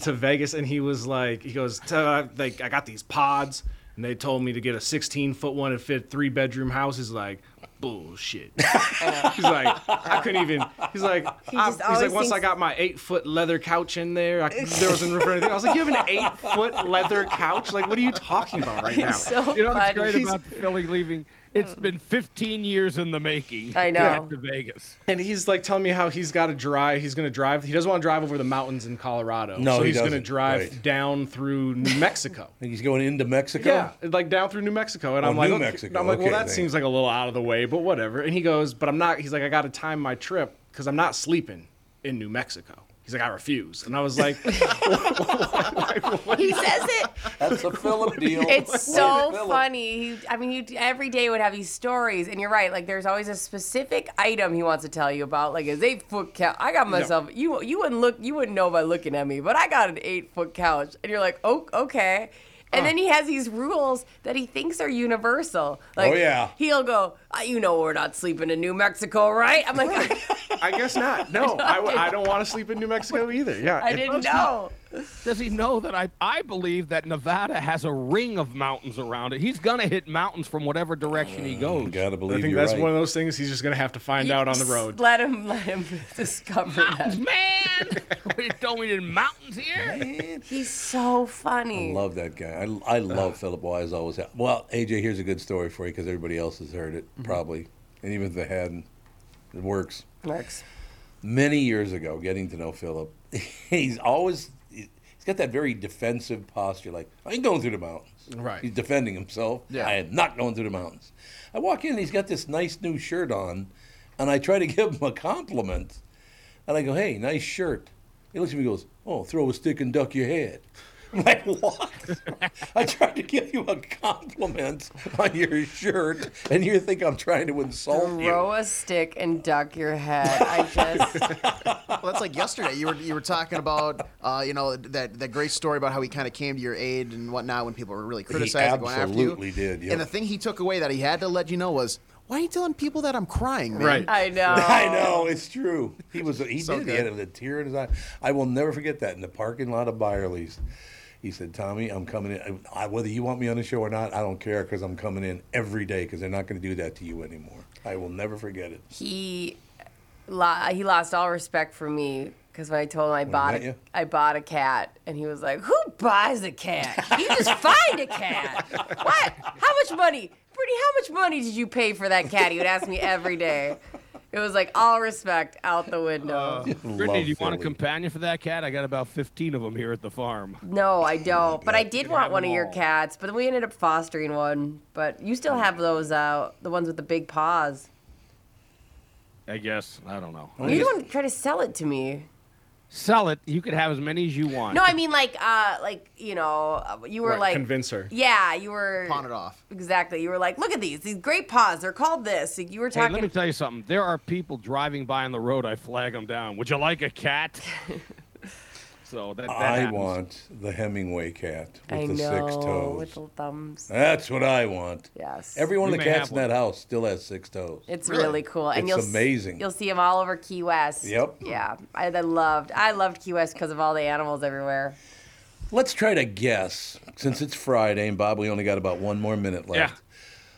S6: to Vegas, and he was like, he goes, "Ta- like I got these pods, and they told me to get a 16 foot one and fit three bedroom house. He's like. Bullshit. he's like, I couldn't even. He's like,
S7: He
S6: I- he's
S7: just always
S6: like, once
S7: thinks-
S6: I got my eight foot leather couch in there, I, there was in referring I was like, you have an eight foot leather couch? Like, what are you talking about right now?
S8: It's so You know what's funny. great
S6: He's-
S8: about Philly leaving? It's been 15 years in the making.
S6: I
S8: to
S6: know.
S8: get To Vegas.
S6: And he's like telling me how he's got to drive. He's going to drive. He doesn't want to drive over the mountains in Colorado.
S4: No,
S6: so
S4: he
S6: he's going to
S4: doesn't.
S6: drive
S4: Right.
S6: down through New Mexico.
S4: He's going into Mexico.
S6: yeah, like down through New Mexico. And
S4: Oh,
S6: I'm like,
S4: New
S6: okay-
S4: Mexico.
S6: I'm like,
S4: Okay,
S6: well, that
S4: thank
S6: seems like a little out of the way, but whatever. And he goes, but I'm not. He's like, I got to time my trip because I'm not sleeping in New Mexico. He's like, I refuse. And I was like,
S5: he says it.
S4: That's a Philip deal.
S5: It's
S4: Hey,
S5: so
S4: Philip.
S5: funny. He, I mean, he, every day would have these stories, and you're right. Like, there's always a specific item he wants to tell you about, like his eight foot couch. I got
S6: No.
S5: myself. You you wouldn't look. You wouldn't know by looking at me, but I got an eight foot couch, and you're like, oh, okay. And then he has these rules that he thinks are universal. Like,
S6: Oh, yeah.
S5: He'll go, "Ah, you know, we're not sleeping in New Mexico, right? I'm like,
S6: I guess not. No, I, w- I don't want to sleep in New Mexico either. Yeah.
S5: I
S6: And-
S5: didn't know.
S8: Does he know that I, I believe that Nevada has a ring of mountains around it? He's going to hit mountains from whatever direction he goes.
S4: Gotta believe
S6: I think
S4: you're
S6: that's
S4: right.
S6: one of those things he's just going to have to find out on the road.
S5: Let him, let him discover that.
S8: Man, we don't need mountains here.
S5: He's so funny.
S4: I love that guy. I, I love Philip Wise always. Have. Well, AJ, here's a good story for you because everybody else has heard it
S6: Mm-hmm.
S4: probably, and even if they hadn't, it works.
S5: Works.
S4: Many years ago, getting to know Philip, he's always he's got that very defensive posture. Like I ain't going through the mountains.
S6: Right.
S4: He's defending himself. Yeah. I am not going through the mountains. I walk in, he's got this nice new shirt on, and I try to give him a compliment, and I go, "Hey, nice shirt." He looks at me, and goes, "Oh, throw a stick and duck your head." Like what? I tried to give you a compliment on your shirt, and you think I'm trying to insult you.
S5: Throw a stick and duck your head. I just
S7: well, that's like yesterday. You were you were talking about uh, you know that that great story about how he kind of came to your aid and whatnot when people were really criticizing, going after you.
S4: absolutely did, yeah.
S7: And the thing he took away that he had to let you know was, why are you telling people that I'm crying, man?
S5: I know.
S4: I know. It's true. He was. He
S7: So
S4: did.
S7: good.
S4: He had a tear in his eye. I will never forget that in the parking lot of Byerly's. He said, "Tommy, I'm coming in. I, whether you want me on the show or not, I don't care because I'm coming in every day because they're not going to do that to you anymore. I will never forget it."
S5: he lo- he lost all respect for me because when I told him I bought
S4: met
S5: a,
S4: you?
S5: I bought a cat and he was like, "Who buys a cat? You just find a cat. What? How much money, Brittany? How much money did you pay for that cat?" He would ask me every day. It was like all respect out the window.
S8: Brittany, do you want a
S5: Philly.
S8: companion for that cat? I got about 15 of them here at the farm.
S5: No, I don't. But I did
S8: You
S5: want
S8: have
S5: one
S8: them
S5: of your
S8: all.
S5: cats, but then we ended up fostering one. But you still have those out, the ones with the big paws.
S8: I guess. I don't know.
S5: You don't try to sell it to me.
S8: Sell it. You could have as many as you want.
S5: No, I mean like, uh, like you know, uh, you were
S8: Right,
S5: like
S8: convince her.
S5: Yeah, you were pawn
S7: it off.
S5: Exactly. You were like, look at these, these great paws. They're called this. Like, You were
S8: Hey,
S5: talking.
S8: let me tell you something. There are people driving by on the road. I flag them down. Would you like a cat? so that, that
S4: I
S8: happens.
S4: want the Hemingway cat with
S5: I
S4: the
S5: know,
S4: six toes.
S5: with the thumbs.
S4: That's what I want.
S5: Yes.
S4: Every one
S5: You
S4: of the
S5: may
S4: cats
S5: have
S4: in that house still has six toes.
S5: It's really, cool, and
S4: it's
S5: you'll s-
S4: amazing.
S5: you'll see them all over Key West.
S4: Yep.
S5: Yeah, I, I loved I loved Key West because of all the animals everywhere.
S4: Let's try to guess, since it's Friday and Bob, we only got about one more minute left.
S8: Yeah.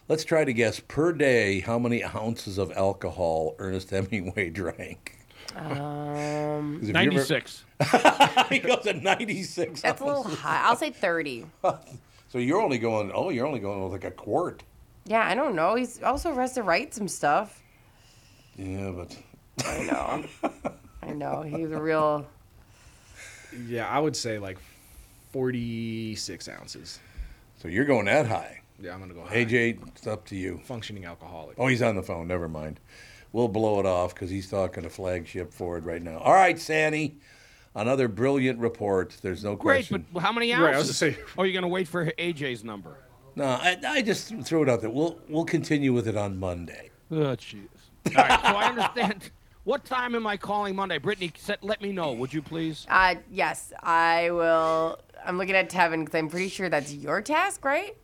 S4: Let's try to guess per day how many ounces of alcohol Ernest Hemingway drank.
S5: Um,
S4: 'Cause if you ever-
S8: 96.
S4: he goes at 96.
S5: That's a little
S4: ounces.
S5: high. I'll say thirty.
S4: So you're only going, oh, you're only going with like a quart.
S5: Yeah, I don't know. He's also has to write some stuff.
S4: Yeah, but.
S5: I know. I know he's a real.
S6: Yeah, I would say like 46 ounces.
S4: So you're going that high.
S6: Yeah, I'm gonna go high.
S4: AJ, it's up to you.
S6: Functioning alcoholic.
S4: Oh, he's on the phone. Never mind. We'll blow it off because he's talking to flagship forward right now. All right, Sandy. Another brilliant report. There's no
S8: Great,
S4: question.
S8: but how many ounces?
S4: Right, I was gonna
S8: Oh, you're going to wait for AJ's number.
S4: No, I, I just threw it out there. We'll we'll continue with it on Monday.
S8: Oh, jeez. All right, so I understand. What time am I calling Monday? Brittany, set, let me know, would you please?
S5: Uh, yes, I will. I'm looking at Tevin because I'm pretty sure that's your task, right?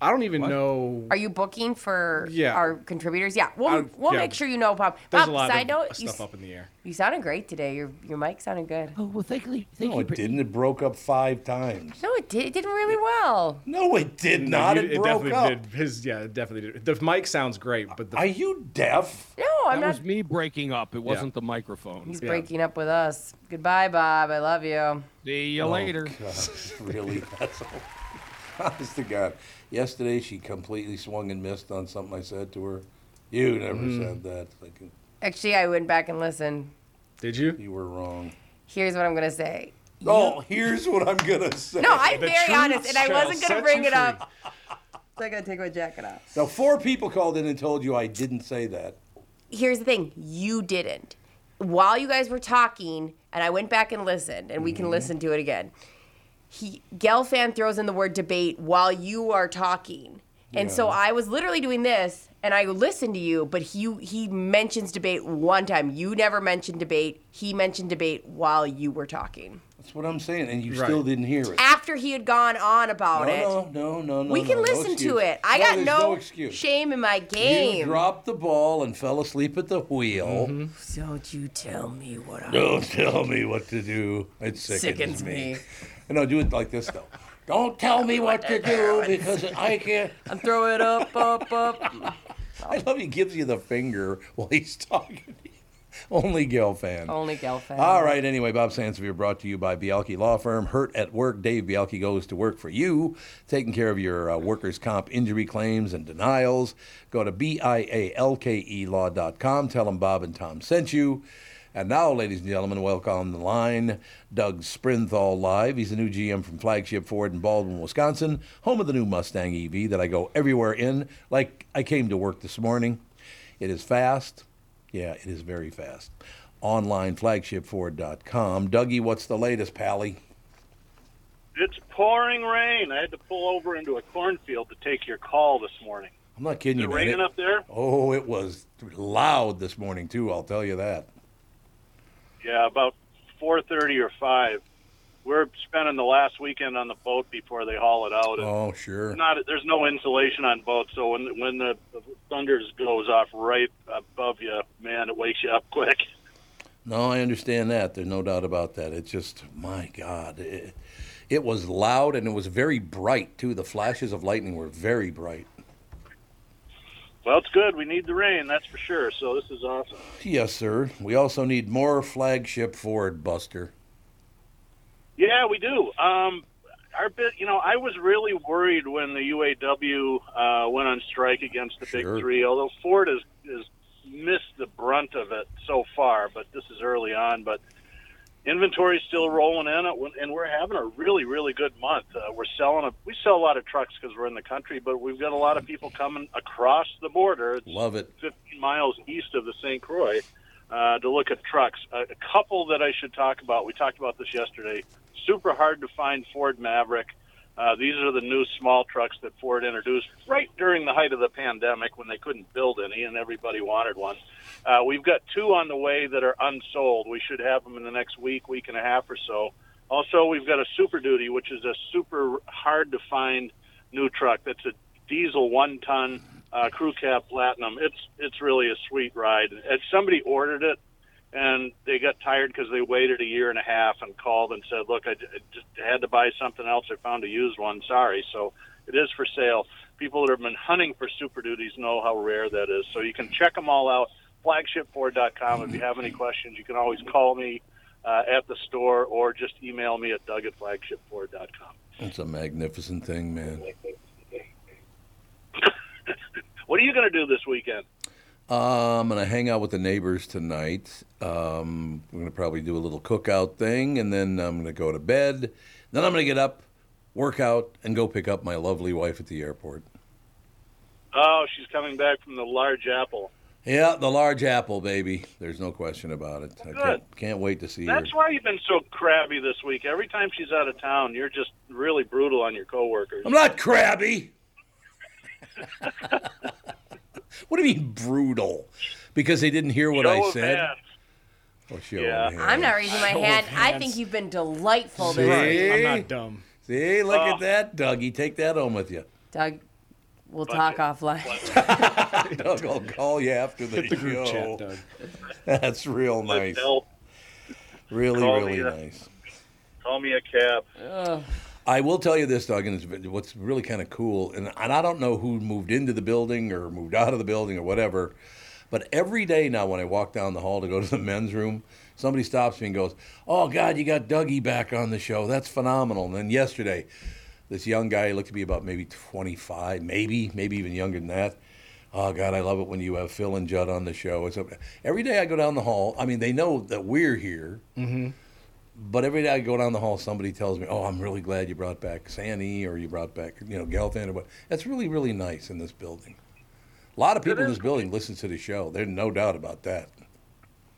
S6: I don't even know.
S5: Are you booking for
S6: Yeah.
S5: our contributors? Yeah, we'll,
S6: I-
S5: we'll
S6: yeah.
S5: make sure you know, Bob.
S6: There's
S5: Bob,
S6: a lot
S5: side note,
S6: of
S5: you,
S6: stuff
S5: s-
S6: up in the air.
S5: you sounded great today. Your your mic sounded good.
S8: Oh well, thank you. e-
S4: no, it didn't. It broke up five times.
S5: No, it did. It did really well.
S4: No, it did not. It, broke
S6: definitely
S4: up.
S6: did. His yeah, it definitely did. The mic sounds great, but the
S4: Are you deaf?
S5: No, I'm
S8: that
S5: not.
S8: was me breaking up. It wasn't the microphone.
S5: He's breaking up with us. Goodbye, Bob. I love you.
S8: See you
S4: Oh,
S8: later.
S4: God, really, that's all. Honest to God. Yesterday, she completely swung and missed on something I said to her. You never
S6: Mhm.
S8: Hmm.
S4: said that. Like,
S5: Actually, I went back and listened.
S6: Did you?
S4: You were wrong.
S5: Here's what I'm gonna say.
S4: Oh, here's what I'm gonna say.
S5: No, I'm very honest, and I wasn't gonna bring it up. So I gotta take my jacket off.
S4: Now, four people called in and told you I didn't say that.
S5: here's the thing you didn't while you guys were talking and i went back and listened and we can
S4: Mm-hmm.
S5: listen to it again he gelfand throws in the word debate while you are talking and so
S11: Yeah.
S5: i was literally doing this and i listened to you but he he mentions debate one time you never mentioned debate he mentioned debate while you were talking
S4: That's what I'm saying, and you still didn't hear it.
S5: after he had gone on about
S4: no,
S5: it
S4: No, no, no, no.
S5: we can
S4: no, no
S5: listen to
S4: excuse.
S5: it i
S4: No,
S5: got
S4: there's
S5: no,
S4: excuse.
S5: shame in my game
S4: You dropped the ball and fell asleep at the wheel.
S5: Mm-hmm. don't you tell me what i
S4: Don't tell me what to do. It sickens,
S5: Sickens
S4: me.
S5: me.
S4: no, do it like this though. Don't tell me what to do because I can't.
S5: I'm throwing up, up, up.
S4: I love he gives you the finger while he's talking. to you. Only Gil fan.
S5: Only Gelfand.
S4: All right. Anyway, Bob Sansevier brought to you by Bialki Law Firm. Hurt at work, Dave Bialki goes to work for you, taking care of your uh, workers' comp injury claims and denials. Go to bialke law.com. Tell them Bob and Tom sent you. And now, ladies and gentlemen, welcome on the line Doug Sprinthal live. He's the new GM from Flagship Ford in Baldwin, Wisconsin, home of the new Mustang EV that I go everywhere in. Like I came to work this morning. It is fast. Yeah, it is very fast. Online flagshipford.com. Dougie, what's the latest, Pally?
S8: It's pouring rain. I had to pull over into a cornfield to take your call this morning.
S4: I'm not kidding
S8: Is
S4: you,
S8: it
S4: man.
S8: raining up there?
S4: Oh, it was loud this morning too. I'll tell you that.
S8: Yeah, about 4:30 or 5. We're spending the last weekend on the boat before they haul it out. and
S4: Oh, sure.
S8: Not there's no insulation on boats, so when when the thunder goes off right above you, man, it wakes you up quick.
S4: No, I understand that. There's no doubt about that. It's just, my God, it, it was loud and it was very bright too. The flashes of lightning were very bright.
S8: Well, it's good. We need the rain, that's for sure. So this is awesome.
S4: Yes, sir. We also need more flagship Ford Buster.
S8: Yeah, we do. Um, our bit, you know, I was really worried when the UAW uh, went on strike against the
S4: Sure.
S8: big three. Although Ford has has missed the brunt of it so far, but this is early on. But inventory's still rolling in, and we're having a really, really good month. Uh, we're selling a we sell a lot of trucks because we're in the country, but we've got a lot of people coming across the border. It's
S4: Love it.
S8: 15 miles east of the St. Croix uh, to look at trucks. A, a couple that I should talk about. We talked about this yesterday. Super hard to find Ford Maverick. Uh, these are the new small trucks that Ford introduced right during the height of the pandemic when they couldn't build any and everybody wanted one. Uh, we've got two on the way that are unsold. We should have them in the next week, week and a half or so. Also, we've got a Super Duty, which is a super hard to find new truck. That's a diesel one ton uh, crew cab platinum. It's it's really a sweet ride. And somebody ordered it, and they got tired because they waited a year and a half and called and said, "Look, I j- I just had to buy something else. I found a used one. Sorry." So it is for sale. People that have been hunting for Super Duties know how rare that is. So you can check them all out. Flagshipford.com. If you have any questions, you can always call me uh, at the store or just email me at Doug at flagshipford.com.
S4: It's a magnificent thing, man.
S8: What are you going to do this weekend?
S4: Uh, I'm gonna hang out with the neighbors tonight. Um, we're gonna probably do a little cookout thing, and then I'm gonna go to bed. Then I'm gonna get up, work out, and go pick up my lovely wife at the airport.
S8: Oh, she's coming back from the Large Apple.
S4: Yeah, the large apple, baby. There's no question about it. I
S8: Good.
S4: can't, can't wait to see
S8: That's
S4: her.
S8: why you've been so crabby this week. Every time she's out of town, you're just really brutal on your coworkers.
S4: I'm not crabby. What do you mean brutal? Because they didn't hear what
S8: Show
S4: I
S8: of
S4: said.
S8: hands.
S4: Oh, show
S8: Yeah.
S4: of hands.
S5: I'm not raising my
S8: Show of
S5: hand. I
S8: hands.
S5: think you've been delightful
S4: See?
S5: this week.
S4: dumb. See, look
S8: Oh.
S4: at that, Dougie. Take that home with you.
S5: Doug, we'll talk offline.
S4: Doug, I'll call you after the,
S5: Hit the group
S4: show.
S5: chat,
S4: That's real nice.
S8: Help.
S4: Really,
S8: Call me
S4: really
S8: a-
S4: nice.
S8: Call me a cab.
S4: I will tell you this, Doug, and it's, what's really kind of cool, and, and I don't know who moved into the building or moved out of the building or whatever, but every day now when I walk down the hall to go to the men's room, somebody stops me and goes, Oh, God, you got Dougie back on the show. That's phenomenal. And then yesterday, this young guy looked to be about maybe 25, maybe, maybe even younger than that. Oh God, I love it when you have Phil and Judd on the show. It's a, every day I go down the hall. I mean, they know that we're here,
S12: Mm-hmm.
S4: but every day I go down the hall, somebody tells me, "Oh, I'm really glad you brought back Sandy, or you brought back you know Galton, or what." That's really really nice in this building. A lot of people in this building listen to the show. There's no doubt about that.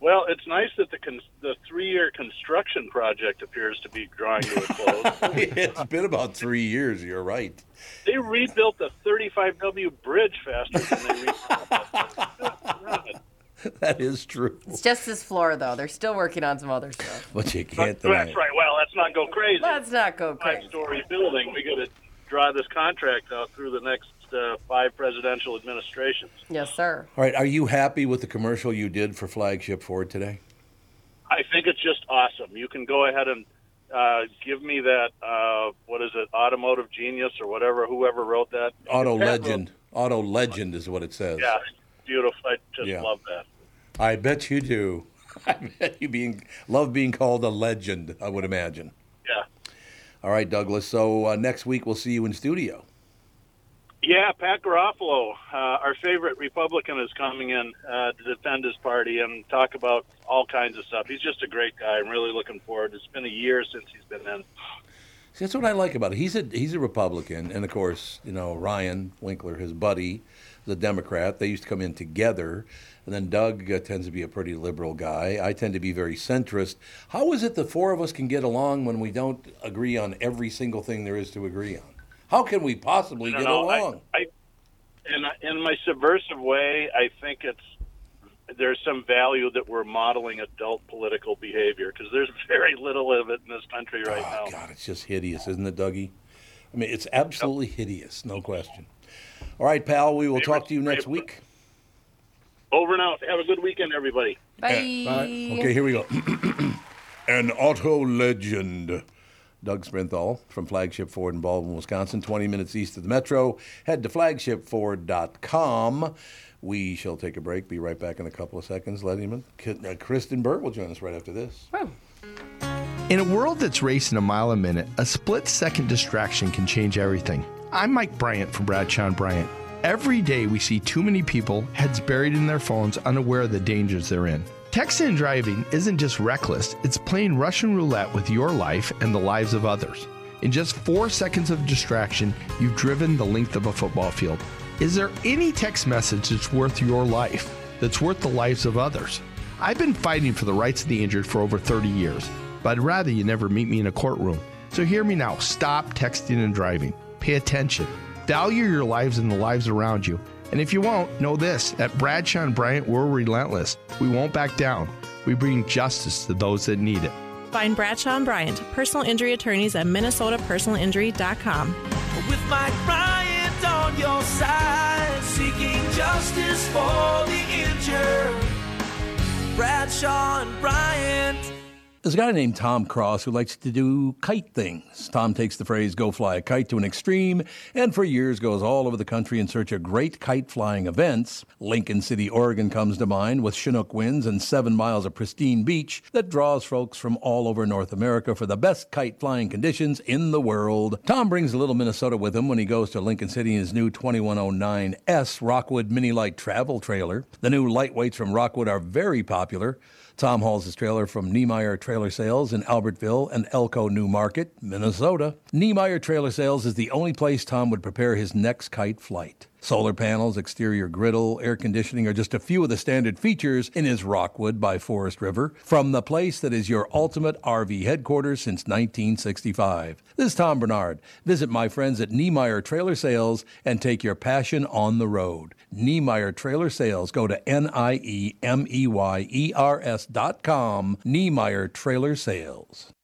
S8: Well, it's nice that the con- the three year construction project appears to be drawing to a close.
S4: it's been about three years. You're right.
S8: they rebuilt the 35W bridge faster than they rebuilt.
S4: That is true.
S5: It's just this floor, though. They're still working on some other stuff.
S4: But you can't deny
S8: That's right. Well, let's not go crazy.
S5: Let's not go
S8: Five
S5: crazy.
S8: story building. We got to draw this contract out through the next uh, five presidential administrations.
S5: Yes, sir.
S4: All right, are you happy with the commercial you did for Flagship Ford today?
S8: I think it's just awesome. You can go ahead and uh, give me that. Uh, what is it? Automotive Genius or whatever. Whoever wrote that.
S4: Auto
S8: Pat wrote-
S4: Legend. Auto Legend is what it says.
S8: Yeah, it's beautiful. I just
S4: Yeah.
S8: love that.
S4: I bet you do. I bet you being love being called a legend. I would imagine.
S8: Yeah.
S4: All right, Douglas. So uh, next week we'll see you in studio.
S8: Yeah, Pat Garofalo, uh, our favorite Republican, is coming in uh, to defend his party and talk about all kinds of stuff. He's just a great guy. I'm really looking forward. It's been a year since he's been in.
S4: See, that's what I like about it. He's a he's a Republican, and of course, you know Ryan Winkler, his buddy, is a Democrat. They used to come in together, and then Doug uh, tends to be a pretty liberal guy. I tend to be very centrist. How is it the four of us can get along when we don't agree on every single thing there is to agree on? How can we possibly
S8: I
S4: get
S8: don't know.
S4: along?
S8: I, I, in, in my subversive way, I think it's there's some value that we're modeling adult political behavior because there's very little of it in this country right now.
S4: Oh, God, it's just hideous, isn't it, Dougie? I mean, it's absolutely hideous, no question. All right, pal, we will talk to you next week.
S8: Over and out. Have a good weekend, everybody.
S5: Bye.
S4: Okay, here we go. An auto legend. Doug Sprinthal from Flagship Ford in Baldwin, Wisconsin, 20 minutes east of the metro. Head to flagshipford.com. We shall take a break. Be right back in a couple of seconds. Lettyman. K- uh, Kristen Burt will join us right after this.
S6: In a world that's racing a mile a minute, a split second distraction can change everything. I'm Mike Bryant from Bradshaw and Bryant. Every day we see too many people, heads buried in their phones, unaware of the dangers they're in. Texting and driving isn't just reckless, it's playing Russian roulette with your life and the lives of others. In just four seconds of distraction, you've driven the length of a football field. Is there any text message that's worth your life, that's worth the lives of others? I've been fighting for the rights of the injured for over 30 years, but I'd rather you never meet me in a courtroom. So hear me now stop texting and driving. Pay attention. Value your lives and the lives around you. And if you won't, know this at Bradshaw and Bryant, we're relentless. We won't back down. We bring justice to those that need it.
S13: Find Bradshaw and Bryant, personal injury attorneys at minnesotapersonalinjury.com.
S3: With Mike Bryant on your side, seeking justice for the injured. Bradshaw and Bryant.
S4: There's a guy named Tom Cross who likes to do kite things. Tom takes the phrase go fly a kite to an extreme and for years goes all over the country in search of great kite flying events. Lincoln City, Oregon comes to mind with Chinook winds and seven miles of pristine beach that draws folks from all over North America for the best kite flying conditions in the world. Tom brings a little Minnesota with him when he goes to Lincoln City in his new 2109S Rockwood Mini Light Travel Trailer. The new lightweights from Rockwood are very popular. Tom hauls his trailer from Niemeyer Trailer Sales in Albertville and Elko New Market, Minnesota. Niemeyer Trailer Sales is the only place Tom would prepare his next kite flight. Solar panels, exterior griddle, air conditioning are just a few of the standard features in his Rockwood by Forest River, from the place that is your ultimate RV headquarters since 1965. This is Tom Bernard. Visit my friends at Niemeyer Trailer Sales and take your passion on the road. Niemeyer Trailer Sales. Go to N I E M E Y E R S dot com. Niemeyer Trailer Sales.